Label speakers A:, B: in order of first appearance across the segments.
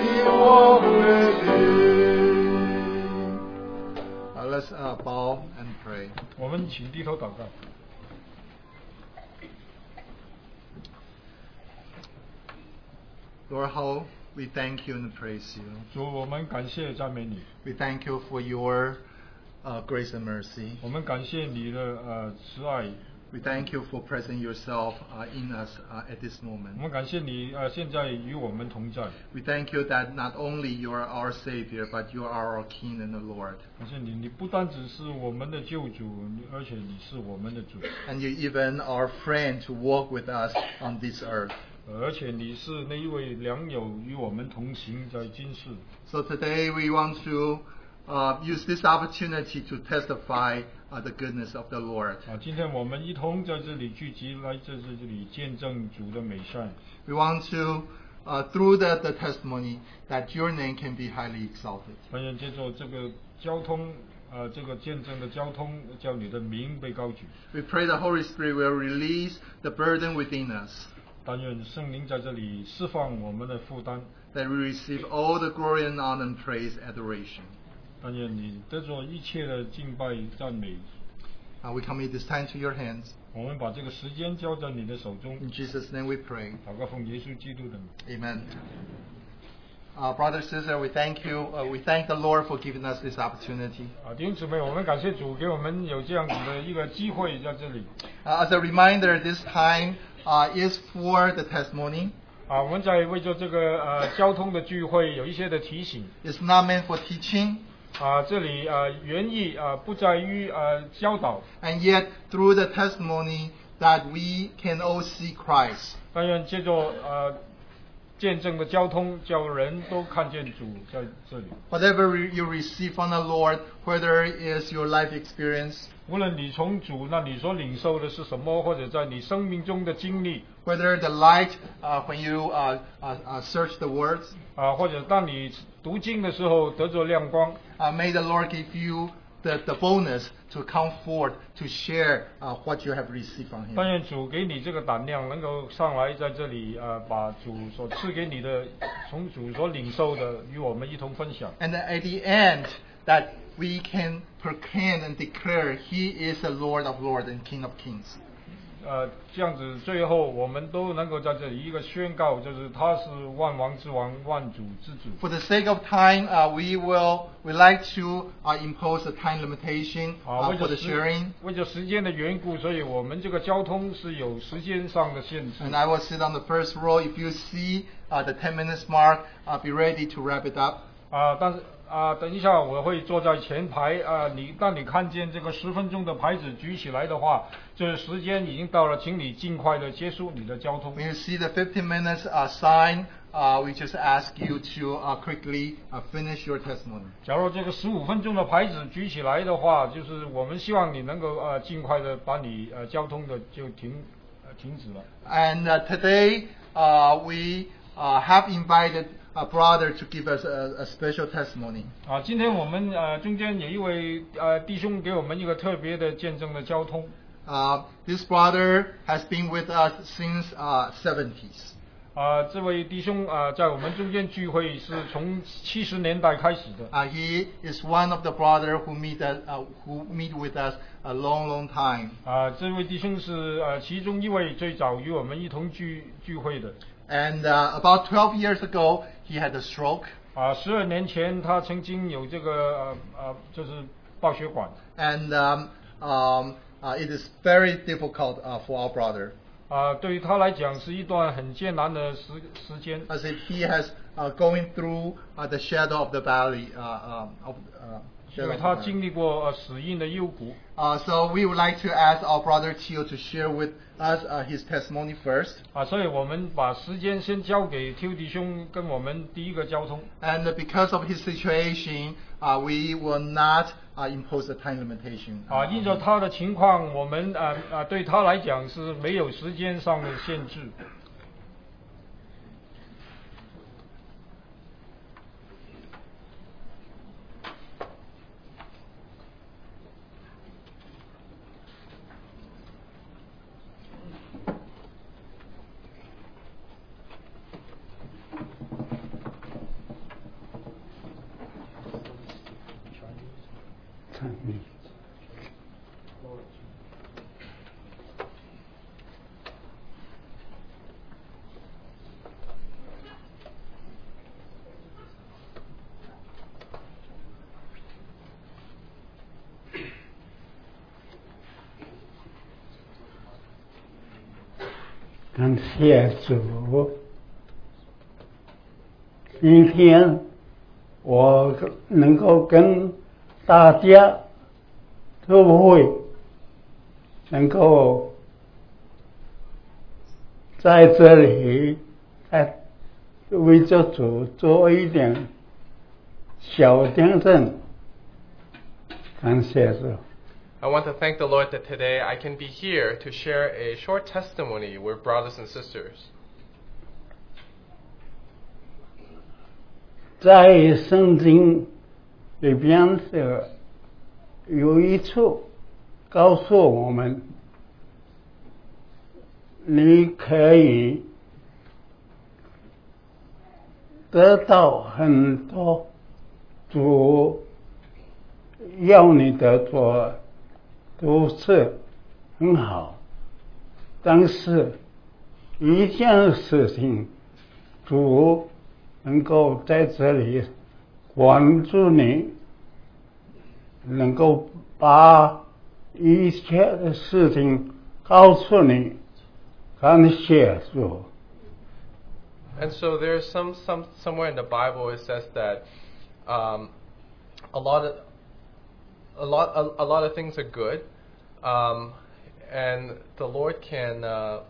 A: 啊
B: 바가
A: Lord, how we thank you and praise you.
B: 主，我们感谢赞美你，
A: We thank you for your uh, grace and mercy.
B: 我们感谢你的呃慈爱，
A: We thank you for present yourself uh, in us uh, at this
B: 我们
A: moment.
B: 感谢你呃现在与我们同在，
A: We thank you that not only you are our Savior, but you are our King and the Lord.
B: 感谢你，你不单只是我们的救主，你而且你是我们的主，
A: And you even our friend to walk with us on this earth.
B: 而且你是那一位良友与我们同行在今世。
A: So today we want to uh, use this opportunity to testify uh, the goodness of the Lord.
B: 啊，今天我们一同在这里聚集，来在这里见证主的美善。
A: We want to, uh, through the, the testimony, that your name can be highly exalted.
B: 但愿接受这个交通，啊，这个见证的交通，叫你的名被高举。
A: We pray the Holy Spirit will release the burden within us,
B: 但愿圣灵在这里释放我们的负担。
A: that we receive all the glory and honor and praise, adoration.
B: 但愿你得着一切的敬拜赞美。
A: Uh, we commit this time to your hands.
B: 我们把这个时间交在你的手中，
A: In Jesus' name we pray.
B: 祷告奉耶稣基督的名。
A: Amen. Uh, brother, sister, we thank you. Uh, we thank the Lord for giving us this opportunity.
B: 啊，弟兄姊妹，我们感谢主给我们有这样子的一个机会在这里。
A: Uh, as a reminder, this time uh, is for the testimony.
B: 啊，我们在为着这个呃交通的聚会有一些的提醒。
A: It's not meant for teaching,
B: 啊，这里啊原意啊不在于啊教导，
A: and yet through the testimony that we can all see Christ.
B: 但愿借着呃见证的交通，叫人都看见主在这里。
A: Whatever re- you receive from the Lord, whether it is your life experience,
B: 无论你从主那里所领受的是什么，或者在你生命中的经历
A: whether the light uh, when you uh, uh, uh, search the words,
B: 啊，或者当你读经的时候得着亮光
A: uh, may the Lord give you the, the boldness to come forward to share uh, what you have received from
B: 但
A: Him.
B: 愿主给你这个胆量，能够上来在这里呃，把主所赐给你的，从主所领受的，与我们一同分享。
A: And at the end, that we can proclaim and declare He is the Lord of Lords and King of Kings.
B: 呃，这样子最后我们都能够在这里一个宣告，就是他是万王之王，万主之主。
A: For the sake of time, uh, we will we like to uh, impose a time limitation
B: 好，啊为
A: uh,
B: 着
A: for the
B: 时
A: sharing.
B: 为着时间的缘故，所以我们这个交通是有时间上的限制。
A: And I will sit on the first row. If you see uh, the 10 minutes mark, uh, be ready to wrap it up.
B: 啊，但是啊，等一下我会坐在前排啊。你当你看见这个十分钟的牌子举起来的话，就是时间已经到了，请你尽快的结束你的交通。
A: When you see the 15 minutes uh, sign, uh, we just ask you to uh, quickly uh, finish your testimony.
B: 假如这个十五分钟的牌子举起来的话，就是我们希望你能够呃尽快的把你呃交通的就停呃停止了。
A: And uh, today, uh, we uh, have invited a brother to give us a, a special testimony.
B: 啊，今天我们呃中间有一位呃弟兄给我们一个特别的见证的交通
A: Uh, this brother has been with us since uh, 70s.
B: 啊、这位弟兄啊、呃在我们中间聚会是从七十年代开始的
A: Uh, he is one of the brother who meet us, uh, who meet with us a long, long time.
B: 啊、这位弟兄是呃其中一位最早与我们一同聚聚会的
A: And uh, about 12 years ago, he had a stroke,
B: 啊，十、二年前他曾经有这个呃呃就是爆血管。
A: and um, um, uh, it is very difficult uh, for our brother,
B: 啊、对于他来讲是一段很艰难的时时间
A: as if he has uh, going through uh, the shadow of the valley. Uh, um, of, uh,
B: 因
A: shadow
B: 为
A: of
B: 他
A: the
B: 经
A: valley.
B: 历过、呃、死荫的幽谷。
A: Uh, so we would like to ask our brother Tio to share with us uh, his testimony first.
B: 啊，Uh, 所以我们把时间先交给 Q 弟兄跟我们第一个交通
A: And because of his situation, uh, we will not uh, impose a time limitation.
B: 啊，依照他的情况，我们啊啊对他来讲是没有时间上的限制
C: Time. 跟写作。今天我能够跟大家都会能够在这里，哎，为这组做一点小见证，感谢主。
D: I want to thank the Lord that today I can be here to share a short testimony with brothers and sisters.
C: 在圣经里边的有一处告诉我们，你可以得到很多主要你的做都是很好，但是一件事情主。能够在这里帮助你，能够把一切的事情告诉你，感谢主。
D: And so there's some, some somewhere in the Bible it says that um, a lot of a lot a, a lot of things are good, um, and the Lord can. Uh,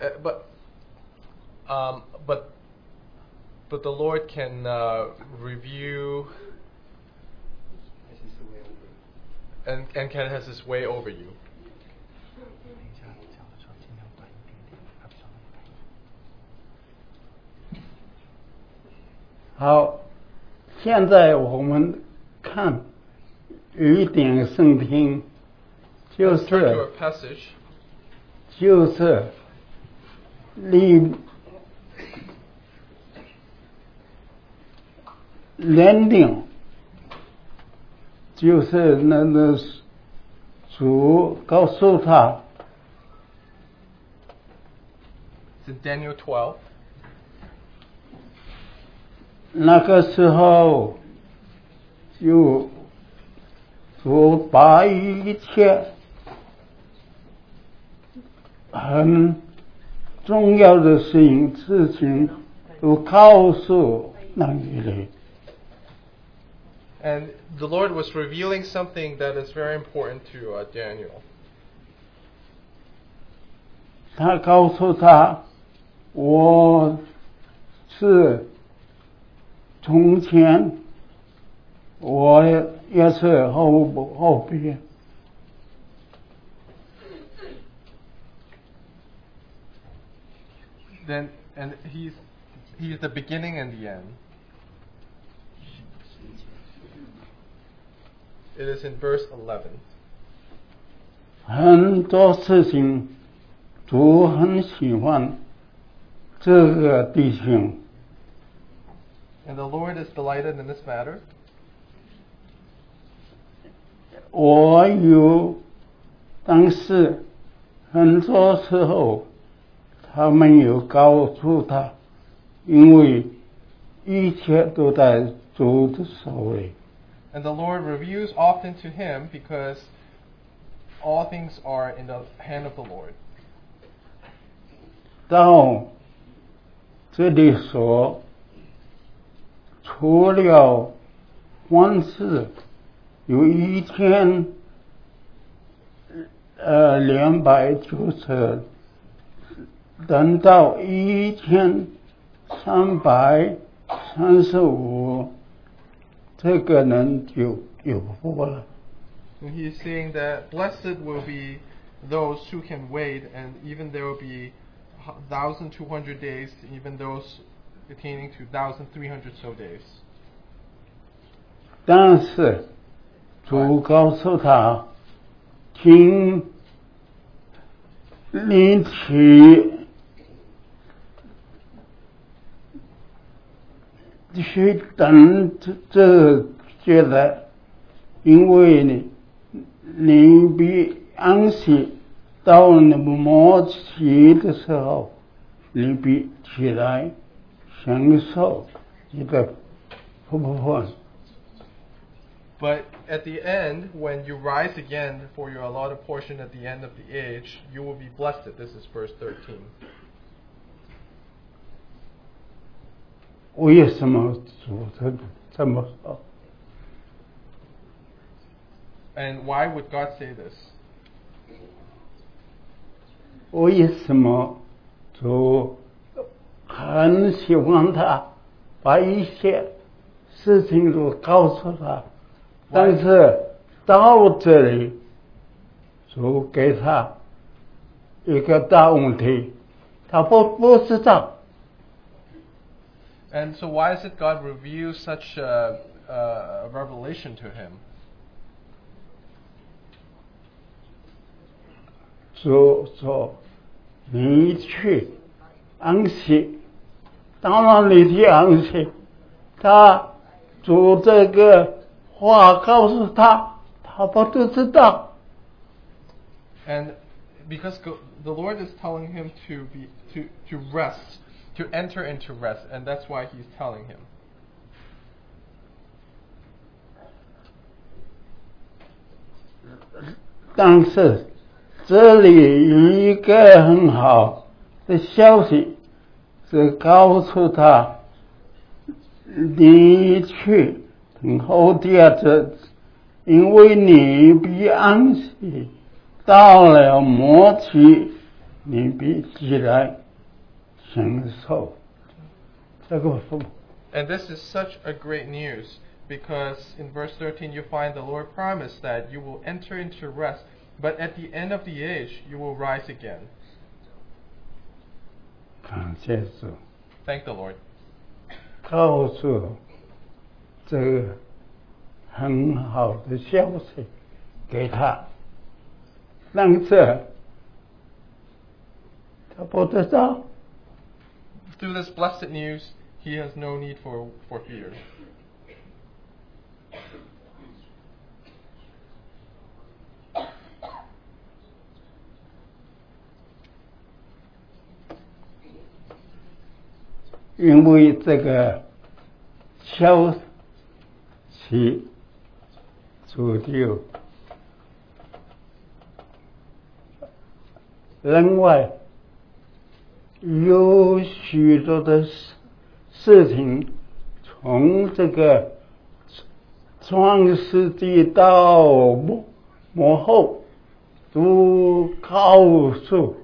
D: Uh, but um, but but the Lord can uh, review and and can has His way over you.
C: 好，现在我们看有一点圣经，就
D: Let's turn to
C: 是
D: a passage
C: 就是你人顶，就是那个主告诉他，
D: It's in Daniel 12.
C: 那个时候就主把一切很重要的事情事情都告诉那里人。
D: And the Lord was revealing something that is very important to uh, Daniel.
C: 他告诉他，我是从前，我也是后后边。
D: Then and he's he's the beginning and the end. It is in verse 11.
C: 很多事情，主很喜欢这个弟兄，
D: And the Lord is delighted in this matter.
C: 我有，但是很多时候他们有告诉他，因为一切都在主的手里。
D: And the Lord reveals often to him because all things are in the hand of the Lord.
C: 到这里说，除了光是有一千呃两百九十，等到一千三百三十五，这个人就有福了。
D: And he is saying that blessed will be those who can wait, and even there will be 1,200 days, even those attaining to 1,300 so days.
C: 但是主告诉他，请你去去等这这觉得，因为你你比安息到你摩西的时候，你比起来享受你的不不不。
D: But at the end, when you rise again for your allotted portion at the end of the age, you will be blessed. This is verse 13.
C: 为什么主这这么说？
D: And why would God say this?
C: 为什么主很喜欢他，把一些事情都告诉他，但是到这里，主给他一个大问题，他不不知道。
D: And so, why is it God reveals such a, a revelation to him?
C: 说说你去安息，当然你去安息。他主这个话告诉他，他不都知道。
D: And because go, the Lord is telling him to be to to rest, to enter into rest, and that's why He's telling him.
C: 但是这里有一个很好的消息，是告诉他，你去等候第二次，因为你必安息，到了末期，你必起来承受这个福。
D: And this is such a great news because in verse 13 you find the Lord promised that you will enter into rest, but at the end of the age you will rise again.
C: 感谢主。
D: Thank the Lord.
C: 告诉这个很好的消息给他，让这他不知道，
D: Through this blessed news, he has no need for, for fear.
C: 因为这个消息主就另外有许多的事事情，从这个创世纪到幕幕后，都告诉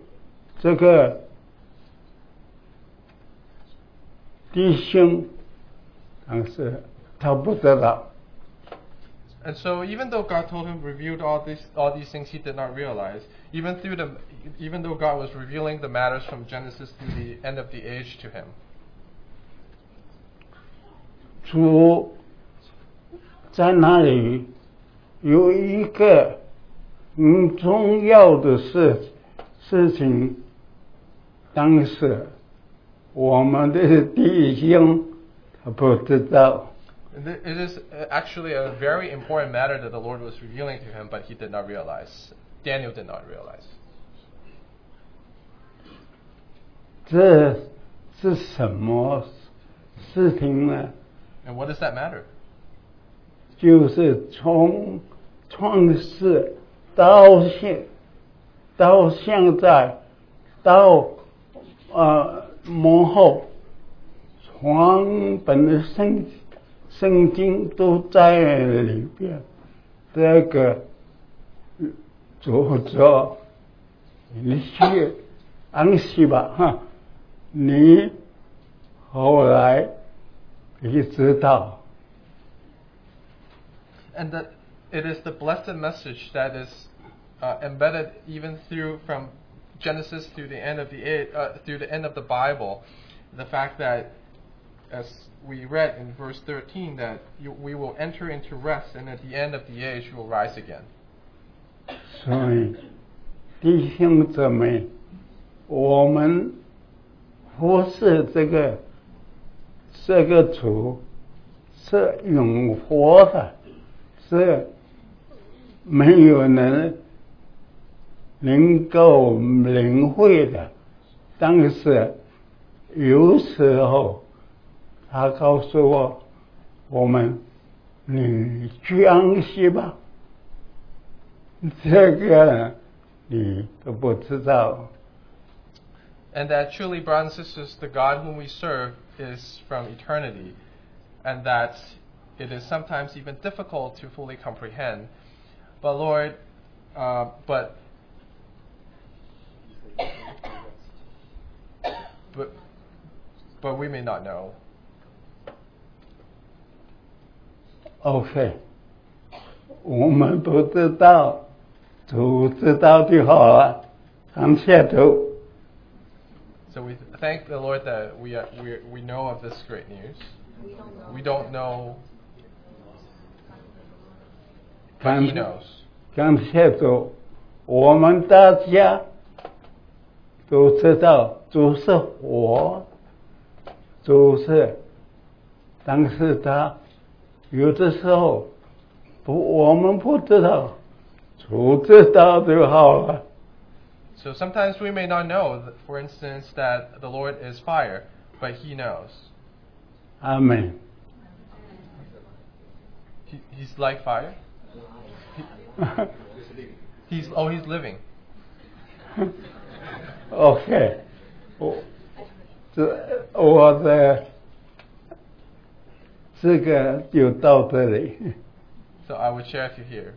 C: 这个弟兄，但是他不知道。
D: And so, even though God told him revealed all these all these things, he did not realize. Even through the, even though God was revealing the matters from Genesis to the end of the age to him,
C: 主在那里有一个很重要的事事情，当时我们的弟兄他不知道，
D: And th- it is uh, actually a very important matter that the Lord was revealing to him, but he did not realize. Daniel did not realize.
C: 这是什么事情呢？
D: And what does that matter?
C: 就是从创世到现到现在到呃幕后，全本的圣圣经都在里边。这个主说：“你去安息吧，哈！”你后来你知道。
D: And that it is the blessed message that is uh, embedded even through from Genesis through the end of the a- uh, through the end of the Bible, the fact that as we read in verse 13 that you, we will enter into rest, and at the end of the age we will rise again.
C: 所以，弟兄姊妹，我们不是这个这个主是永活的，是没有人能够领会的。但是有时候，他告诉我，我们你相信吧，这个你都不知道。
D: And that truly, brothers and sisters, the God whom we serve is from eternity, and that it is sometimes even difficult to fully comprehend. But Lord, uh, but, but, but we may not know.
C: OK，我们不知道，主知道的好啊，感谢主。
D: So we thank the Lord that we are, we we know of this great news.
E: We don't know.
D: We don't know,
C: 感
D: but He knows.
C: 感谢主，我们大家都知道主是活，主是，但是他有的时候不，我们不知道，主知道就好了。
D: So sometimes we may not know, th- for instance, that the Lord is fire, but He knows.
C: 阿门。
D: He, he's like fire. He's oh, He's living.
C: OK，我这我的这个就到这里。
D: So I would share with you here.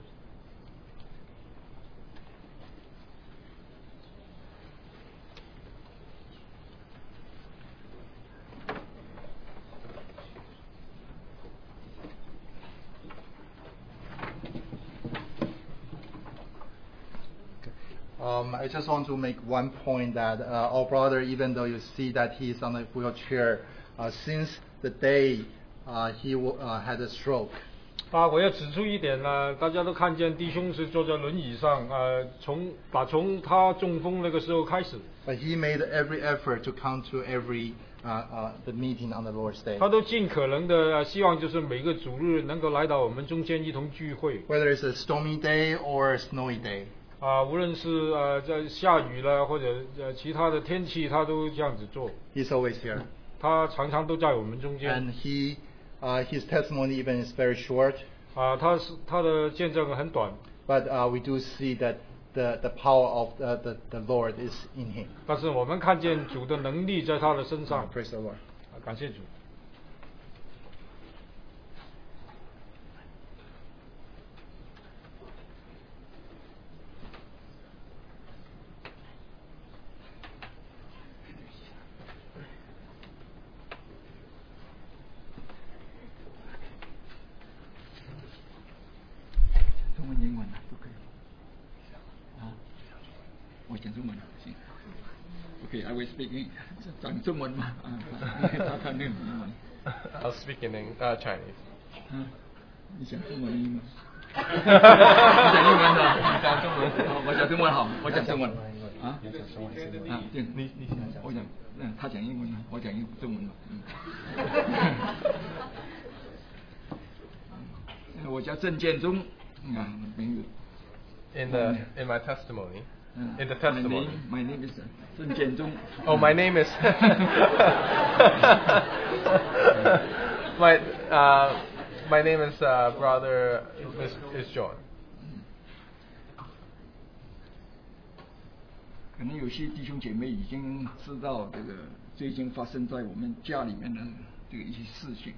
A: 嗯。Um, I just want to make one point that uh, our brother, even though you see that he is on a wheelchair, uh, since the day uh, he w- uh, had a stroke,
B: 啊，我要指出一点呢、啊大家都看见弟兄是坐在轮椅上，呃，从打从他中风那个时候开始，
A: but he made every effort to come to every uh, uh, the meeting on the Lord's Day.
B: 他都尽可能的、呃希望就是每个主日能够来到我们中间一同聚会
A: Whether it's a stormy day or a snowy day,
B: 啊、无论是呃在下雨了或者呃其他的天气，他都这样子做，
A: he's always here.
B: 他常常都在我们中间
A: And he, uh, his testimony even is very short,
B: 啊、他是他的见证很短，
A: but uh, we do see that the, the power of the, the, the Lord is in him.
B: 但是我们看见主的能力在他的身上，
A: Praise the Lord.
B: 啊感谢主。
F: 中文、英文的都可以。啊，我讲中文啊行。Okay, I will speak in 讲中文嘛，啊，他他念英文，
D: I'll speak in Eng- uh, Chinese.
F: 啊，你讲中文英文。你讲英文的，你讲中文，啊我讲中文好，我讲中文。啊，啊，对，你你讲，我讲，嗯，他讲英文嘛，我讲英中文嘛，嗯。我叫郑建中，嗯啊，名字。
D: In the in my testimony, in the testimony.
F: My name, my name is 孙建中。
D: Oh, my name is. my uh, my name is uh, brother is, is John.
F: 可能有些弟兄姐妹已经知道这个最近发生在我们家里面的这个一些事情。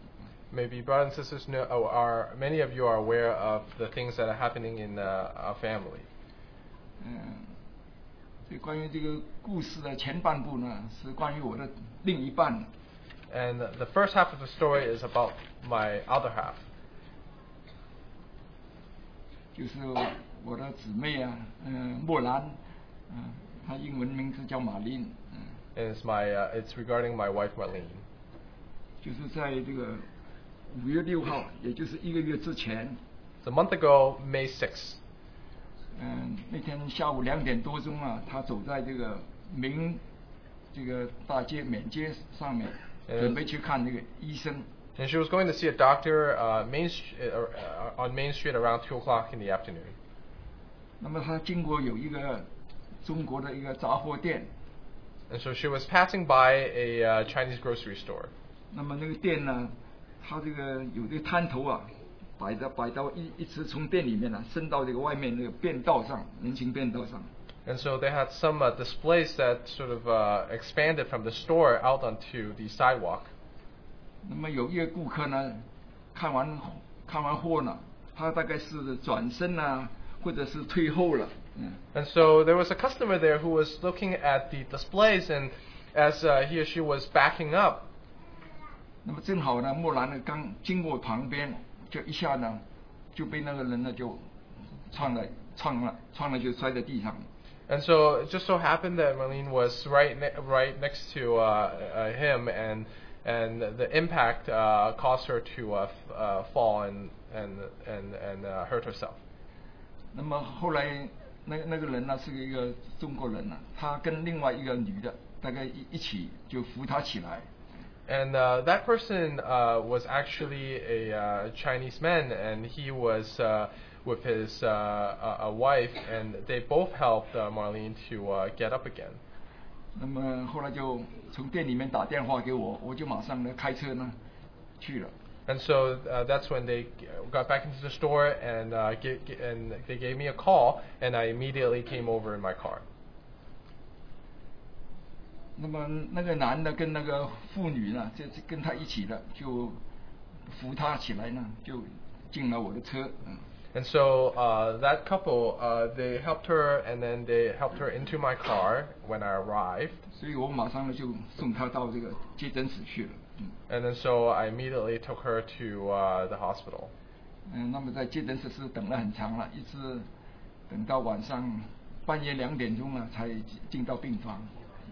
D: Maybe brothers and sisters know oh, are many of you are aware of the things that are happening in uh, our family.
F: 嗯，所以关于这个故事的前半部呢，是关于我的另一半。
D: And the first half of the story is about my other half.
F: 就是我的姊妹啊，嗯、莫兰，嗯、她英文名字叫马琳，嗯、
D: And it's my uh, it's regarding my wife Marlene.
F: 就是在这个五月六号，也就是一个月之前，
D: It's a month ago, May 6th.
F: 嗯，那天下午两点多钟啊，他走在这个明这个大街缅街上面，
D: 呃
F: 准备去看那个医生。
D: And she was going to see a doctor uh, main st- uh, uh, on Main Street around two o'clock in the afternoon.
F: 那么他经过有一个中国的一个杂货店，
D: And so she was passing by a uh, Chinese grocery store.
F: 那么那个店呢，他这个有的摊头啊，摆到摆到一一直从店里面啊伸到这个外面那个便道上，人行便道上。
D: And so they had some uh, displays that sort of uh, expanded from the store out onto the sidewalk.
F: 那么有一个顾客呢，看完看完货呢，他大概是转身啊，或者是退后了，嗯。
D: And so there was a customer there who was looking at the displays, and as uh, he or she was backing up,
F: 那么正好呢，莫兰呢刚经过旁边，就一下呢就被那个人呢就撞了撞了撞了就摔在地上了。
D: and so it just so happened that Marlene was right ne- right next to uh, uh, him, and and the impact uh, caused her to uh, f- uh, fall and and and and uh, hurt herself.
F: 那么后来那那个人呢是一个中国人呢、他跟另外一个女的大概一一起就扶他起来。
D: And uh, that person uh, was actually a uh, Chinese man, and he was uh, with his uh, a, a wife, and they both helped uh, Marlene to uh, get up again.
F: 那么后来就从店里面打电话给我，我就马上呢开车呢去了。
D: And so uh, that's when they g- got back into the store, and uh, g- g- and they gave me a call, and I immediately came over in my car.
F: 那么那个男的跟那个妇女呢，这这跟他一起的就扶他起来呢，就进了我的车。嗯，
D: And so uh, that couple, uh, they helped her, and then they helped her into my car when I arrived.
F: 所以我马上呢就送他到这个急诊室去了。嗯
D: And then so I immediately took her to uh, the hospital.
F: 嗯，那么在急诊室是等了很长了，一直等到晚上半夜两点钟呢才进到病房。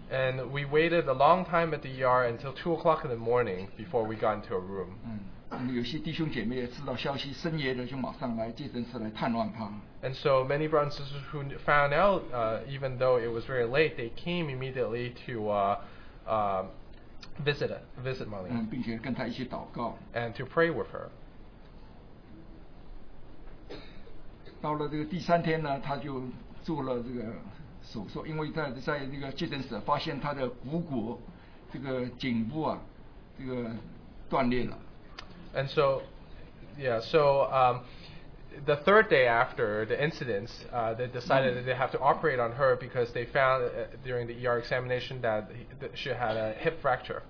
D: And we waited a long time at the ER until 2 o'clock in the morning before we got into a room.
F: 嗯，那么有些弟兄姐妹也知道消息，深夜的就马上来急诊室来探望他。
D: And so many brothers and sisters who kn- found out, uh, even though it was very late, they came immediately to uh, uh, visit it, visit
F: 嗯，
D: Marlene
F: 并且跟他一起祷告。
D: and to pray with her.
F: 到了这个第三天呢，他就做了这个手术，因为在在这个急诊室发现他的股骨、这个颈部啊，这个断裂了。
D: And so, yeah, so um, the third day after the incidents, uh, they decided that they have to operate on her because they found uh, during the ER examination that, he, that she had a hip fracture.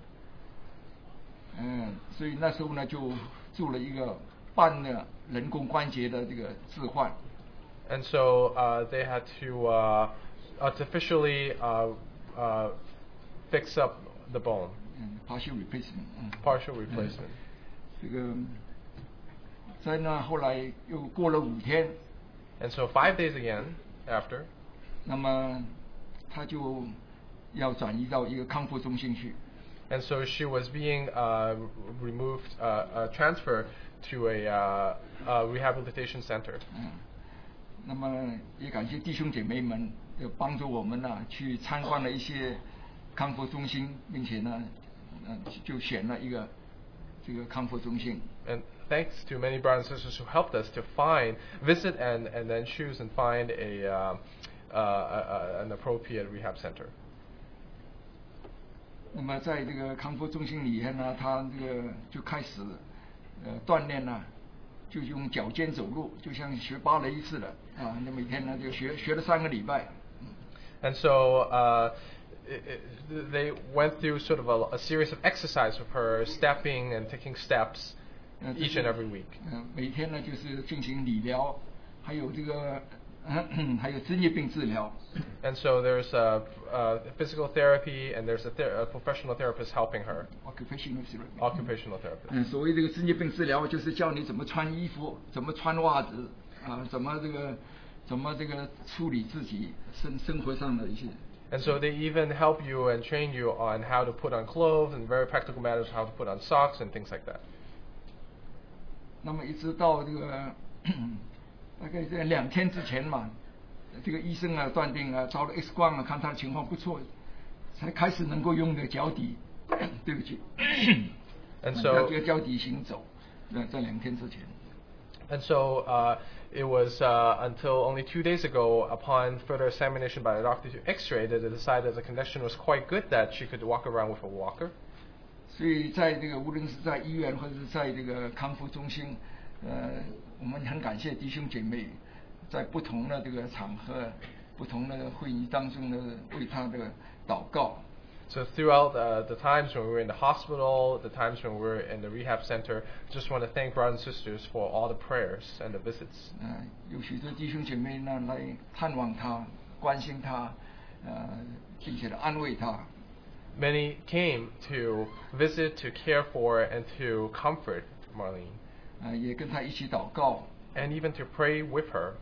F: 嗯，所以那时候呢，就做了一个半的人工关节的这个置换。
D: and so uh, they had to uh, artificially uh, uh, fix up the bone,
F: 嗯，partial replacement，嗯 Uh,
D: partial replacement.
F: 这个，所以呢，后来又过了五天，
D: And so five days again after,
F: 那么他就要转移到一个康复中心去。
D: and so she was being uh, removed, uh, uh, transferred to a uh, uh, rehabilitation center.
F: 嗯，那么也感谢弟兄姐妹们有帮助我们呢、去参观了一些康复中心，并且呢，嗯、就选了一个这个康复中心。
D: And thanks to many brothers and sisters who helped us to find, visit, and, and then choose and find a, uh, uh, uh, an appropriate rehab center.
F: 那么在这个康复中心里面呢，他这个就开始呃锻炼呢、就用脚尖走路，就像学芭蕾似的啊。那每天呢就学学了三个礼拜。
D: And so uh, it, it, they went through sort of a, a series of exercise with her, stepping and taking steps
F: 呃
D: each and every week.
F: 嗯，每天呢就是进行理疗，还有这个 还有职业病治疗。
D: And so there's a, uh physical therapy and there's a, ther- a professional therapist helping her,
F: occupational therapy。
D: occupational therapist.
F: 嗯，所谓这个职业病治疗，就是教你怎么穿衣服，怎么穿袜子，啊、怎么这个，怎么这个处理自己生生活上的一些。
D: And so they even help you and train you on how to put on clothes and very practical matters, how to put on socks and things like that.
F: 那么一直到这个 大概在两天之前嘛，这个医生啊断定啊，照了 X 光啊，看他的情况不错，才开始能够用这个脚底， 对不起，
D: And
F: 用
D: so
F: 这个脚底行走，在在两天之前。
D: And so uh, it was uh, until only two days ago, upon further examination by the doctor to X-ray, that they decided the condition was quite good that she could walk around with a walker.
F: 所以在这个无论是在医院或者是在这个康复中心，呃，我们很感谢弟兄姐妹在不同的这个场合、不同的会议当中呢，为他的祷告。
D: So throughout uh, the times when we were in the hospital, the times when we were in the rehab center, just want to thank brothers and sisters for all the prayers and the visits.
F: 呃，有许多弟兄姐妹呢来探望他、关心他，呃，并且呢安慰他。
D: Many came to visit, to care for, and to comfort Marlene,
F: 呃，Uh, 也跟他一起祷告，
D: and even to pray with her.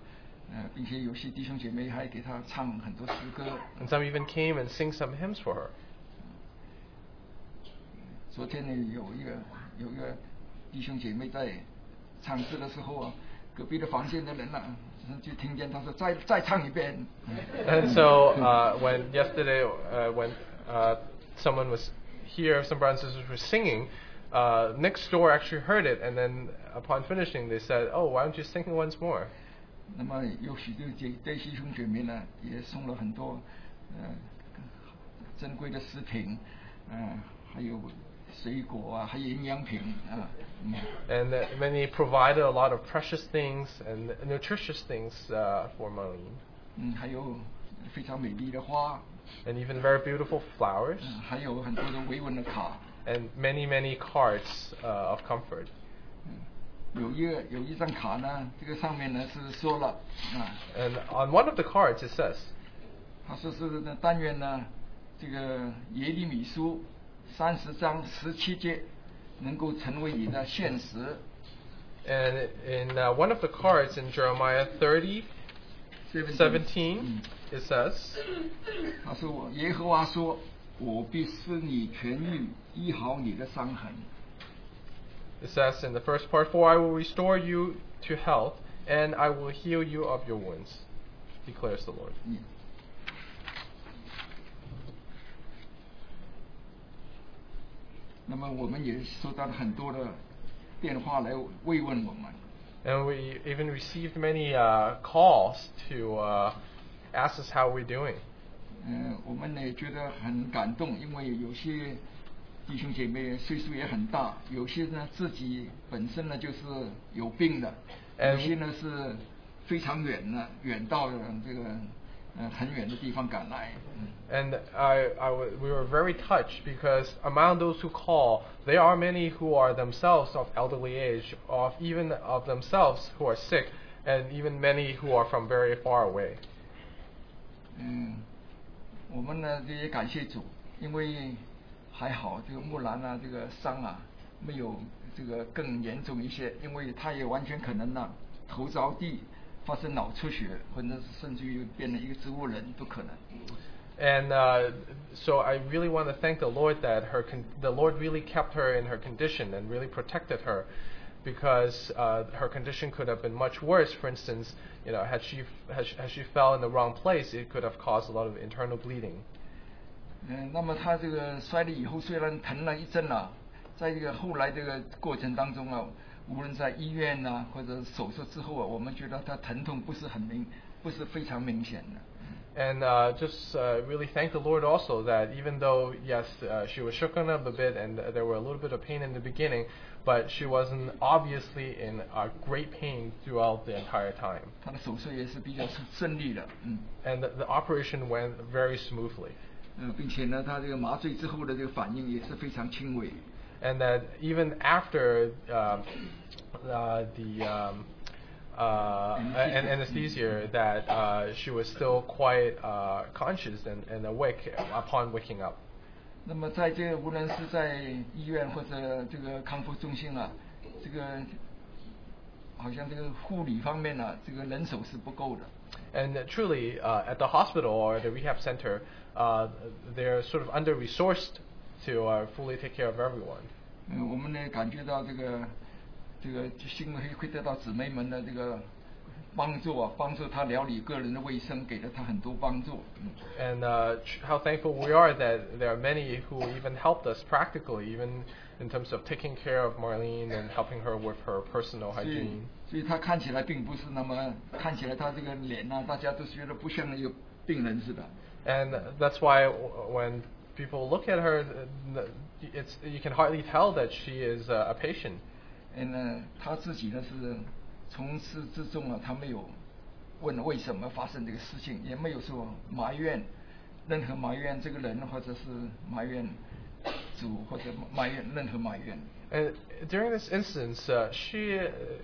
F: 呃，并且有些弟兄姐妹还给他唱很多诗歌。
D: And some even came and sing some hymns for her.
F: 昨天呢，有一个有一个弟兄姐妹在唱诗的时候啊，隔壁的房间的人啊，就听见他说再再唱一遍。
D: And so uh, when yesterday, uh, when uh, someone was here, some brothers and sisters were singing, uh, next door actually heard it, and then upon finishing, they said, "Oh, why don't you sing once more?"
F: 那么有许多姐 Mm, 对弟兄姐妹呢，也送了很多呃珍贵的食品，呃，还有水果啊，还有营养品啊。嗯
D: And uh, many provided a lot of precious things and nutritious things uh, for Marlene,
F: 嗯，Mm, 还有非常美丽的花，
D: and even very beautiful flowers,
F: 嗯，还有很多的维文的卡。
D: and many many cards uh, of comfort.
F: Mm, 有一个有一张卡呢，这个上面呢是说了啊，
D: And on one of the cards, it says,
F: 他说是呢，但愿呢，这个耶利米书三十章十七节能够成为你的现实。
D: and in uh, one of the cards in Jeremiah 30, 17, it says.
F: 他说我耶和华说，我必使你痊愈，医好你的伤痕。
D: It says in the first part, For I will restore you to health, and I will heal you of your wounds, declares the Lord.
F: 嗯。那么我们也收到了很多的电话来慰问我们。
D: And we even received many uh, calls to uh, ask us how we're doing.
F: 嗯，我们呢也觉得很感动，因为有些弟兄姐妹岁数也很大，有些呢自己本身呢就是有病的，
D: 哎
F: 有些呢是非常远的，远到了这个呃很远的地方赶来。嗯
D: And I, I w- we were very touched because among those who call, there are many who are themselves of elderly age, of even of themselves who are sick, and even many who are from very far away.
F: 嗯，我们呢也感谢主，因为还好这个木兰啊，这个伤啊没有这个更严重一些，因为他也完全可能呢、头着地发生脑出血，或者是甚至于变成一个植物人都可能。
D: And uh, so I really want to thank the Lord that her con- the Lord really kept her in her condition and really protected her, because uh, her condition could have been much worse. For instance, you know, had she had she, had she fell in the wrong place, it could have caused a lot of internal bleeding.
F: 嗯，那么他这个摔了以后，虽然疼了一阵了、在这个后来这个过程当中啊，无论在医院呐、或者手术之后啊，我们觉得他疼痛不是很明，不是非常明显的。
D: And uh, just uh, really thank the Lord also that even though yes, uh, she was shooken up a bit and there were a little bit of pain in the beginning, but she wasn't obviously in uh, great pain throughout the entire time.
F: 他的手术也是比较顺顺利的，嗯，
D: and the, the operation went very smoothly.
F: 呃，并且呢，他这个麻醉之后的这个反应也是非常轻微。
D: And that even after um, uh, the um, uh, an anesthesia, that uh, she was still quite uh, conscious and, and awake upon waking up.
F: 那么在这个无论是在医院或者这个康复中心啊，这个好像这个护理方面呢、啊这个人手是不够的。
D: And truly, uh, at the hospital or the rehab center, uh, they're sort of under resourced to uh, fully take care of everyone.
F: 嗯，我们呢感觉到这个这个幸亏会得到姊妹们的这个帮助啊，帮助她料理个人的卫生，给了她很多帮助。嗯，
D: And uh, tr- how thankful we are that there are many who even helped us practically, even in terms of taking care of Marlene and helping her with her personal
F: 所以
D: hygiene.
F: 所以她看起来并不是那么，看起来她这个脸呐、大家都觉得不像一个病人似的。
D: And that's why w- when people look at her, th- th- it's you can hardly tell that she is uh, a patient.
F: 嗯，呢，他自己呢是从始至终啊，他没有问为什么发生这个事情，也没有说埋怨任何埋怨这个人，或者是埋怨主，或者埋怨任何埋怨。
D: And during this instance, uh, she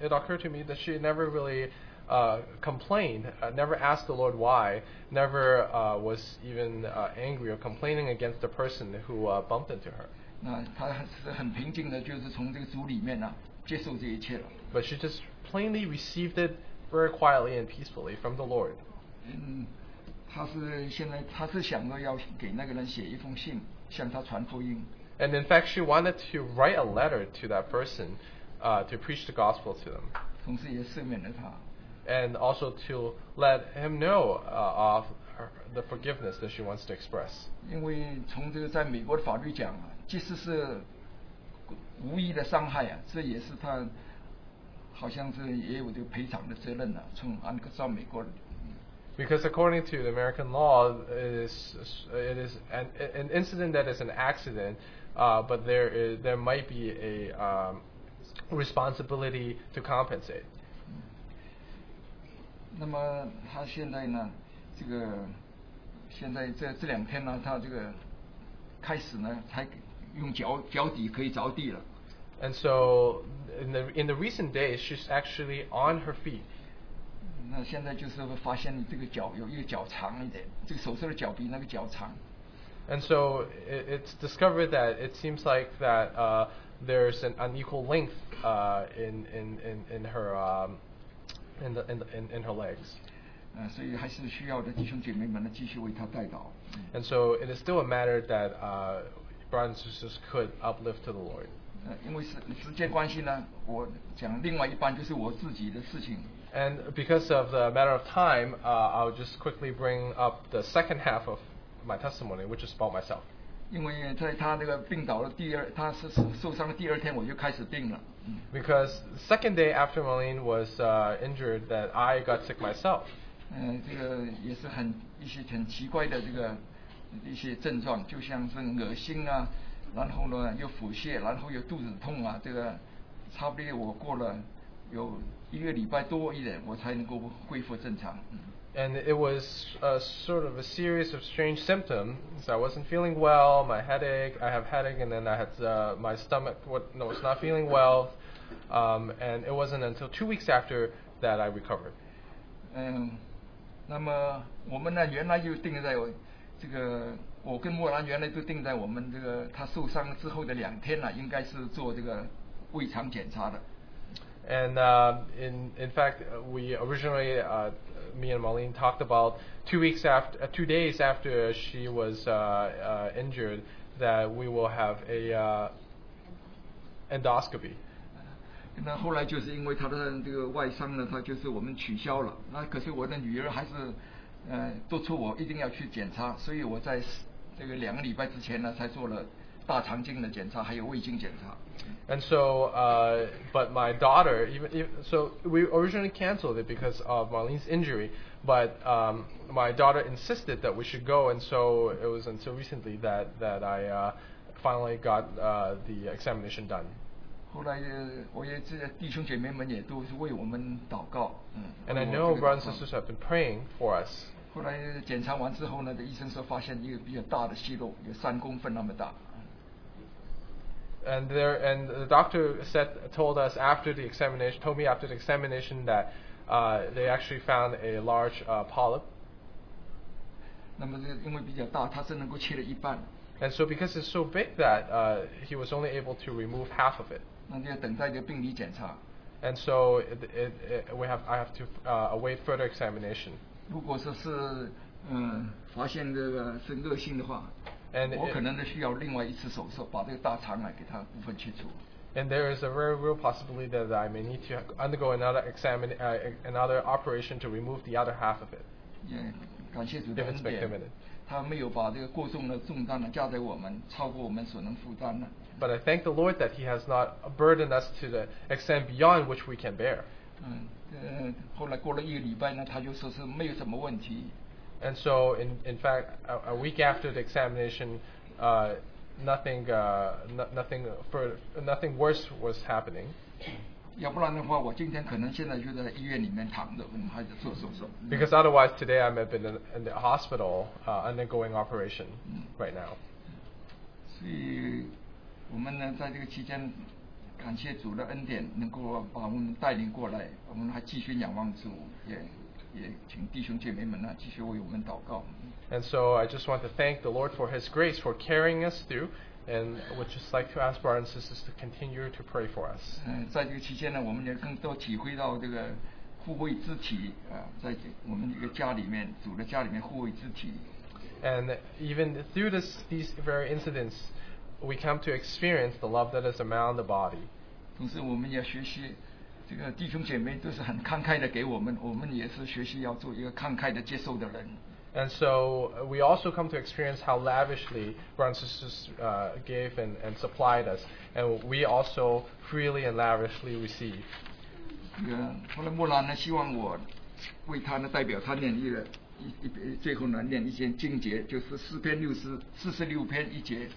D: it occurred to me that she never really uh, complained, uh, never asked the Lord why, never uh, was even uh, angry or complaining against the person who uh, bumped into her.
F: 那他是很平静的，就是从这个主里面呢、接受这一切了。
D: But she just plainly received it very quietly and peacefully from the Lord.
F: 嗯，他是现在他是想着要给那个人写一封信，向他传福音。
D: And in fact, she wanted to write a letter to that person uh, to preach the gospel to them.
F: 同时也赦免了他。
D: and also to let him know uh, of her, the forgiveness that she wants to express.
F: 因为从这个在美国的法律讲啊，即使是无意的伤害啊，这也是他好像是也有这个赔偿的责任啊。从按照美国
D: Because according to the American law, it is it is an, an incident that is an accident, uh, but there is there might be a um, responsibility to compensate.
F: 那么他现在呢，这个现在这这两天呢，他这个开始呢，才用脚脚底可以着地了。
D: And so, in the in the recent days, she's actually on her feet,
F: 那现在就是发现这个脚有一个脚长一点，这个手术的脚比那个脚长。
D: and so it, it's discovered that it seems like that uh, there's an unequal length uh, in, in, in, in her um, in, the, in, the, in, in her legs,
F: 呃，Uh, 所以还是需要的弟兄姐妹们呢，继续为他带祷。
D: and so it is still a matter that uh, brothers and sisters could uplift to the Lord.
F: 呃，因为时时间关系呢，我讲另外一半就是我自己的事情。
D: And because of the matter of time, uh, I'll just quickly bring up the second half of my testimony, which is about myself.
F: 因为在他那个病倒的第二，他是受伤的第二天我就开始病了。嗯，
D: Because the second day after Marlene was uh, injured, that I got sick myself.
F: 呃，这个也是很一些很奇怪的这个一些症状，就像是恶心啊，然后呢又腹泻，然后又肚子痛啊，这个差不多我过了有一个礼拜多一点，我才能够恢复正常。嗯。
D: and it was a sort of a series of strange symptoms. I wasn't feeling well. My headache. I have headache, and then I had uh, my stomach. What? No, it's not feeling well. Um, and it wasn't until two weeks after that I recovered.
F: 嗯，那么我们呢，原来就定在我这个，我跟莫兰原来都定在我们这个他受伤之后的两天了、应该是做这个胃肠检查的。
D: And uh, in in fact, uh, we originally uh, me and Marlene talked about two weeks after, uh, two days after she was uh, uh, injured, that we will have a uh, endoscopy.
F: 嗯那后来就是因为他的这个外伤呢，他就是我们取消了。那可是我的女儿还是，呃，督促我一定要去检查，所以我在这个两个礼拜之前呢，才做了大肠镜的检查，还有胃镜检查。
D: And so, uh, but my daughter, even, even so, we originally canceled it because of Marlene's injury. But um, my daughter insisted that we should go, and so it was until recently that that I uh, finally got uh, the examination done.
F: 后来呃我也这弟兄姐妹们也都是为我们祷告，嗯。
D: And I
F: 为
D: know
F: 我这个
D: brothers and
F: 祷告
D: sisters have been praying for us.
F: 后来呃检查完之后呢，这医生说发现一个比较大的息肉，有三公分那么大。
D: And there, and the doctor said, told us after the examination, told me after the examination that uh, they actually found a large uh, polyp
F: 那么这个因为比较大，他只能够切了一半，
D: And so, because it's so big that uh, he was only able to remove half of it,
F: 那就要等待一个病理检查。
D: and so it, it, it, we have I have to uh, await further examination.
F: 如果说是嗯发现这个是恶性的话
D: And，
F: 我
D: it-
F: 可能呢需要另外一次手术，把这个大肠癌给它部分切除。
D: And there is a very real possibility that I may need to undergo another examine uh, another operation to remove the other half of it.
F: 也感谢主的
D: If it's
F: 恩典
D: victim in it.，
F: 他没有把这个过重的重担呢加在我们，超过我们所能负担的。
D: But I thank the Lord that He has not burdened us to the extent beyond which we can bear.
F: 嗯，呃，后来过了一个礼拜呢，他就说是没有什么问题。
D: And so, in, in fact, a, a week after the examination, uh, nothing, uh, no, nothing, fur nothing worse was happening.
F: 要不然的话，我今天可能现在就在医院里面躺着，嗯，还得做手术。
D: Because otherwise, today I'm a bit in, in the hospital uh, undergoing operation
F: Mm.
D: right now.
F: 所以我们呢，在这个期间，感谢主的恩典，能够把我们带领过来，我们还继续仰望主，也也请弟兄姐妹们呢，继续为我们祷告。
D: And so I just want to thank the Lord for His grace for carrying us through, and would just like to ask brothers and sisters to continue to pray for us.
F: 嗯，在这个期间呢，我们也更多体会到这个护卫肢体啊、在我们这个家里面，主的家里面护卫肢体，
D: And even through this, these very incidents, we come to experience the love that is around the body.
F: 同时我们也学习这个弟兄姐妹都是很慷慨的给我们，我们也是学习要做一个慷慨的接受的人。
D: And so uh, we also come to experience how lavishly brothers and sisters uh, gave and, and supplied us, and we also freely and lavishly receive.
F: 这个后来莫兰呢，希望我为他呢代表他念一个一一最后呢念一些经节，就是四篇六十四十六篇一节。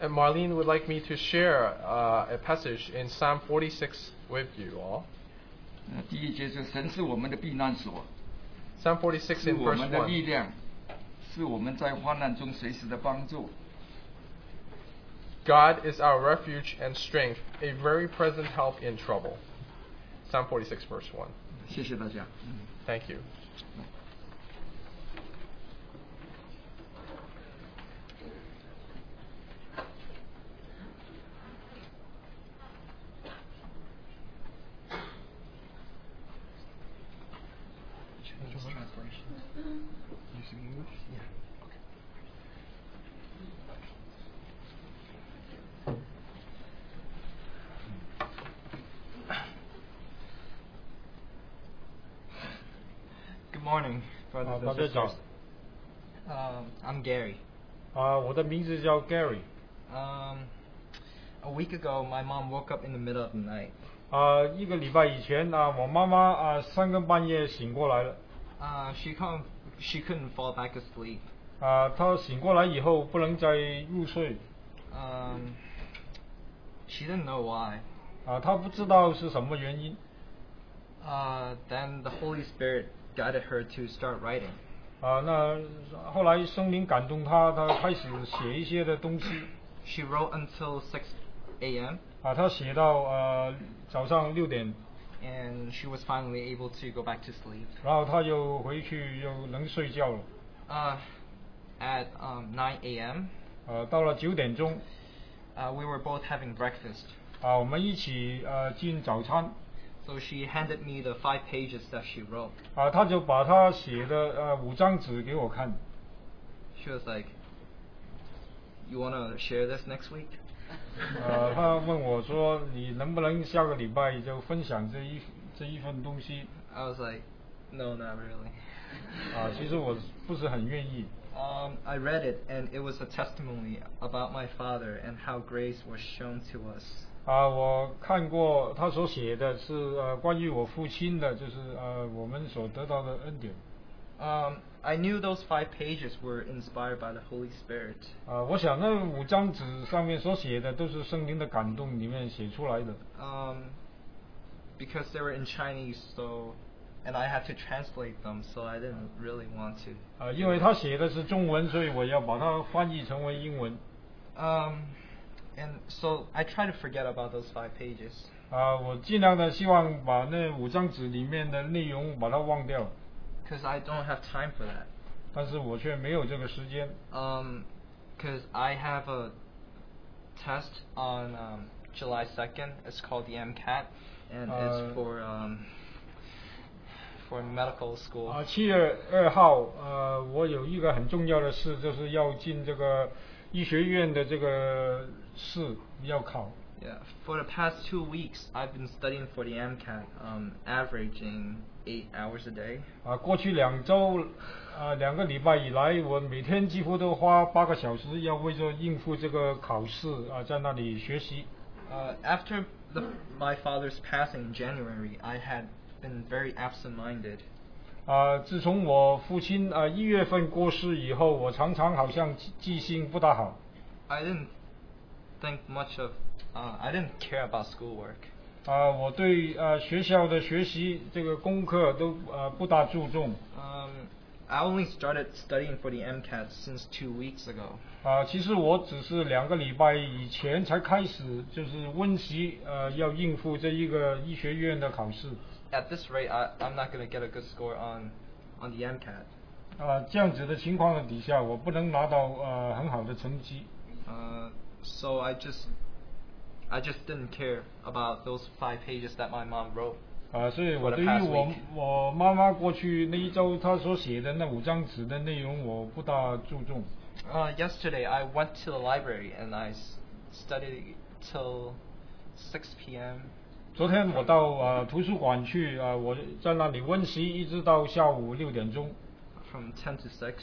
D: And Marlene would like me to share uh, a passage in Psalm 46 with you all.
F: 呃，第一节是神是我们的避难所，
D: Psalm 46
F: 是
D: in
F: 我
D: verse
F: 们的力
D: 1.
F: 量，是我们在患难中随时的帮助。
D: God is our refuge and strength, a very present help in trouble. Psalm 46, verse 1.
F: 谢谢大家。嗯
D: Thank you.
E: Good morning,
B: 啊
E: brothers，
B: 大
E: and
B: 家早
E: sisters.。Um, I'm Gary.
B: 啊，我的名字叫 Gary。
E: Um, a week ago, my mom woke up in the middle of the night.
B: 啊，一个礼拜以前啊，我妈妈啊三更半夜醒过来了。
E: Uh, she couldn't, she couldn't fall back asleep.
B: 啊，她醒过来以后不能再入睡。
E: Um, she didn't know why.
B: 啊，她不知道是什么原因。
E: Uh, then the Holy Spirit guided her to start writing.
B: 啊，那后来圣灵感动她，她开始写一些的东西。
E: She wrote until 6 a.m.
B: 啊，她写到呃 uh, 早上六点，
E: and she was finally able to go back to sleep.
B: 然后她又回去又能睡觉了。
E: Uh, at um, 9 a.m.,
B: 呃，到了九点钟，Uh,
E: uh, we were both having breakfast.
B: 啊，我们一起呃进早餐。
E: So she handed me the five pages that she wrote.
B: 啊，她就把她写的呃五张纸给我看。
E: She was like, You want to share this next week?
B: 呃，他问我说：“你能不能下个礼拜就分享这一这一份东西
E: I was like, No, not really. ？”
B: 啊，其实我不是很愿意。
E: Um, I read it, and it was a testimony about my father and how grace was shown to us.
B: 啊，我看过他所写的是呃关于我父亲的，就是呃我们所得到的恩典。
E: Um, I knew those five pages were inspired by the Holy Spirit.
B: 啊，我想那五张纸上面所写的都是圣灵的感动里面写出来的。
E: Um, because they were in Chinese, so. And I had to translate them, so I didn't really want to.
B: 啊，因为他写的是中文，所以我要把它翻译成为英文。
E: Um, and so I try to forget about those five pages.
B: 啊，我尽量的希望把那五张纸里面的内容把它忘掉。
E: Because I don't have time for that.
B: 但是我却没有这个时间
E: Um, because I have a test on um, July 2nd. It's called the MCAT, and
B: Uh,
E: it's for um, for medical school.
B: 啊。七月二号，呃，我有一个很重要的事，就是要进这个医学院的这个试要考。
E: yeah. For the past two weeks, I've been studying for the MCAT, um, averaging eight hours a day.
B: 啊，过去两周，啊，两个礼拜以来，我每天几乎都花八个小时，要为着应付这个考试啊，在那里学习。
E: Uh, after the, my father's passing in January, I had been very absent-minded.
B: 啊，自从我父亲啊一月份过世以后，我常常好像记记性不大好。
E: I didn't think much of. Uh, I didn't care about schoolwork.
B: 啊，我对呃学校的学习这个功课都呃不大注重。
E: Um, I only started studying for the MCAT since two weeks ago.
B: 啊，其实我只是两个礼拜以前才开始，就是温习，呃，要应付这一个医学院的考试。
E: At this rate, I, I'm not going to get a good score on, on the MCAT.
B: 啊，这样子的情况的底下，我不能拿到呃很好的成绩。
E: Uh, so I just, I just didn't care about those five pages that my mom wrote.
B: 啊，所以我
E: For the
B: 对于
E: past
B: 我
E: week.
B: 我妈妈过去那一周她所写的那五张纸的内容，我不大注重。
E: Uh, yesterday, I went to the library and I s- studied till 6 p.m.
B: 昨天我到呃图书馆去啊、呃我在那里温习，一直到下午六点钟，
E: from 10 to 6.